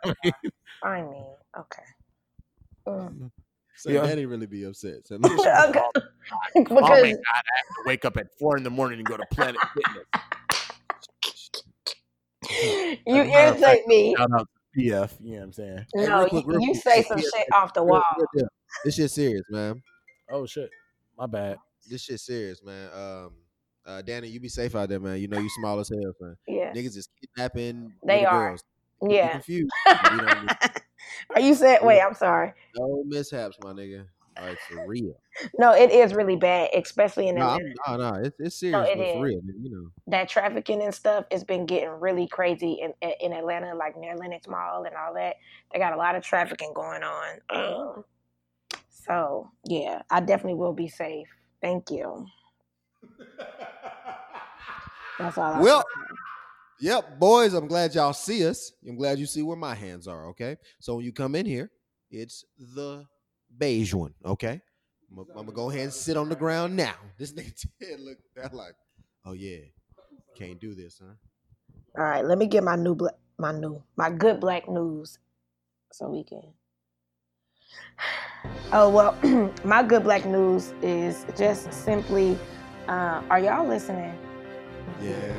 I
I mean, okay. Mm.
mean,
So
Yeah.
daddy really be upset. So
[laughs] okay.
oh my
[laughs] because
god, I have to wake up at four in the morning and go to Planet Fitness.
you
As a matter of fact,
irritate me.
Shout out to PF. You know what I'm saying?
Hey,
No,
real quick,
you,
real
you
quick.
say some
Yeah,
shit off the
Real-
wall.
real deal. This shit serious, man.
Oh shit, my bad.
This shit serious, man. Um, uh, Danny, you be safe out there, man. You know you small as hell, man.
Yeah.
Niggas is kidnapping.
They
little
are.
Girls. Be
Yeah.
Confused. We don't need
[laughs] Are you saying? Wait, I'm sorry.
no mishaps, my nigga. Like for real.
No, it is really bad, especially in
No,
Atlanta.
I'm, no, no. It's, it's serious,
it
but for
is.
real, man, you know.
that trafficking and stuff has been getting really crazy in in- in Atlanta, like near Lenox Mall and all that. They got a lot of trafficking going on. Um, so yeah, I definitely will be safe. Thank you. That's all. I
Well,
can say.
Yep, boys, I'm glad y'all see us. I'm glad you see where my hands are, okay? So when you come in here, it's the beige one, okay? I'm, I'm gonna go ahead and sit on the ground now. [laughs] This nigga Ted look that like, oh yeah, can't do this, huh?
all right. Let me get my new black, my new, my good black news, so we can. [sighs] Oh well, [clears throat] my good black news is just simply, uh, are y'all listening?
Yeah.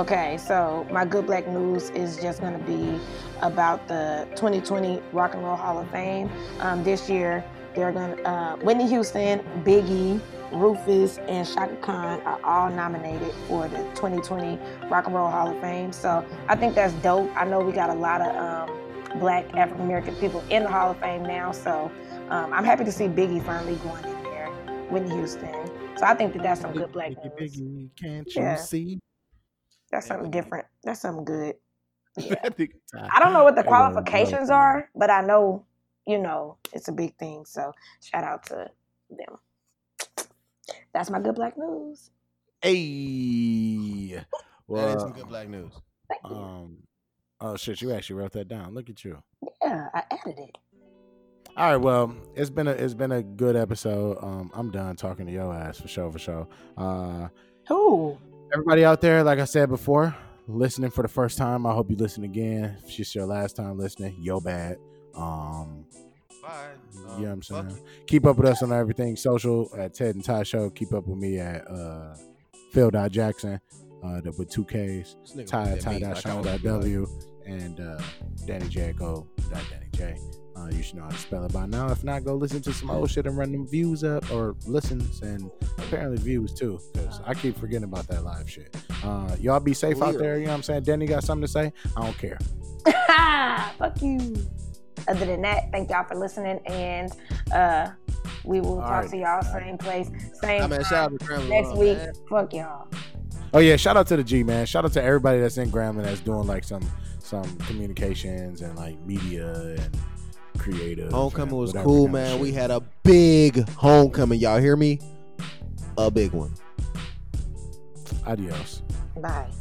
Okay, so my good black news is just going to be about the 2020 Rock and Roll Hall of Fame. Um, this year, they're going to, uh, Whitney Houston, Biggie, Rufus, and Shaka Khan are all nominated for the 2020 Rock and Roll Hall of Fame. So I think that's dope. I know we got a lot of um, black African American people in the Hall of Fame now, so um, I'm happy to see Biggie finally going in there, Whitney Houston. So I think that that's some good black news.
can't
you Yeah.
see? [laughs]
That's something different. That's something good. Yeah.
[laughs]
I
I
don't know what the
That was dope,
qualifications
man.
are, but I know, you know, it's a big thing. So shout out to them. That's my good black news. [laughs]
Hey.
that is
Well,
some good black news.
Thank you.
um, oh shit, you actually wrote that down. Look at you.
yeah, I added it.
All right, well, it's been a it's been a good episode. Um, I'm done talking to your ass for sure, for sure. Uh,
Who?
everybody out there, like I said before, listening for the first time, I hope you listen again. If it's your last time listening, yo bad. Um,
Bye.
you know what I'm saying? Keep up with us on everything social at Ted and Ty Show. Keep up with me at uh, Phil Dot Jackson, uh, the, with two Ks. Ty Ty dot Sean dot W and uh, Danny J go dot Danny J. Uh, you should know how to spell it by now. If not, go listen to some old shit and run them views up or listens and apparently views too. Because I keep forgetting about that live shit. Uh, y'all be safe out there. You know what I'm saying? Danny got something to say? I don't care.
[laughs] Fuck you. Other than that, thank y'all for listening, and uh, we will
All
talk
right.
to y'all same place, same
I mean, shout out
time
to Grandma.
next
Love,
week.
man.
Fuck y'all.
Oh yeah, shout out to the G man. Shout out to everybody that's in Grambling that's doing like some some communications and like media and creative. and
Homecoming was
whatever
cool,
kind of
man.
shit.
We had a big homecoming. Y'all hear me? A big one.
adios.
Bye.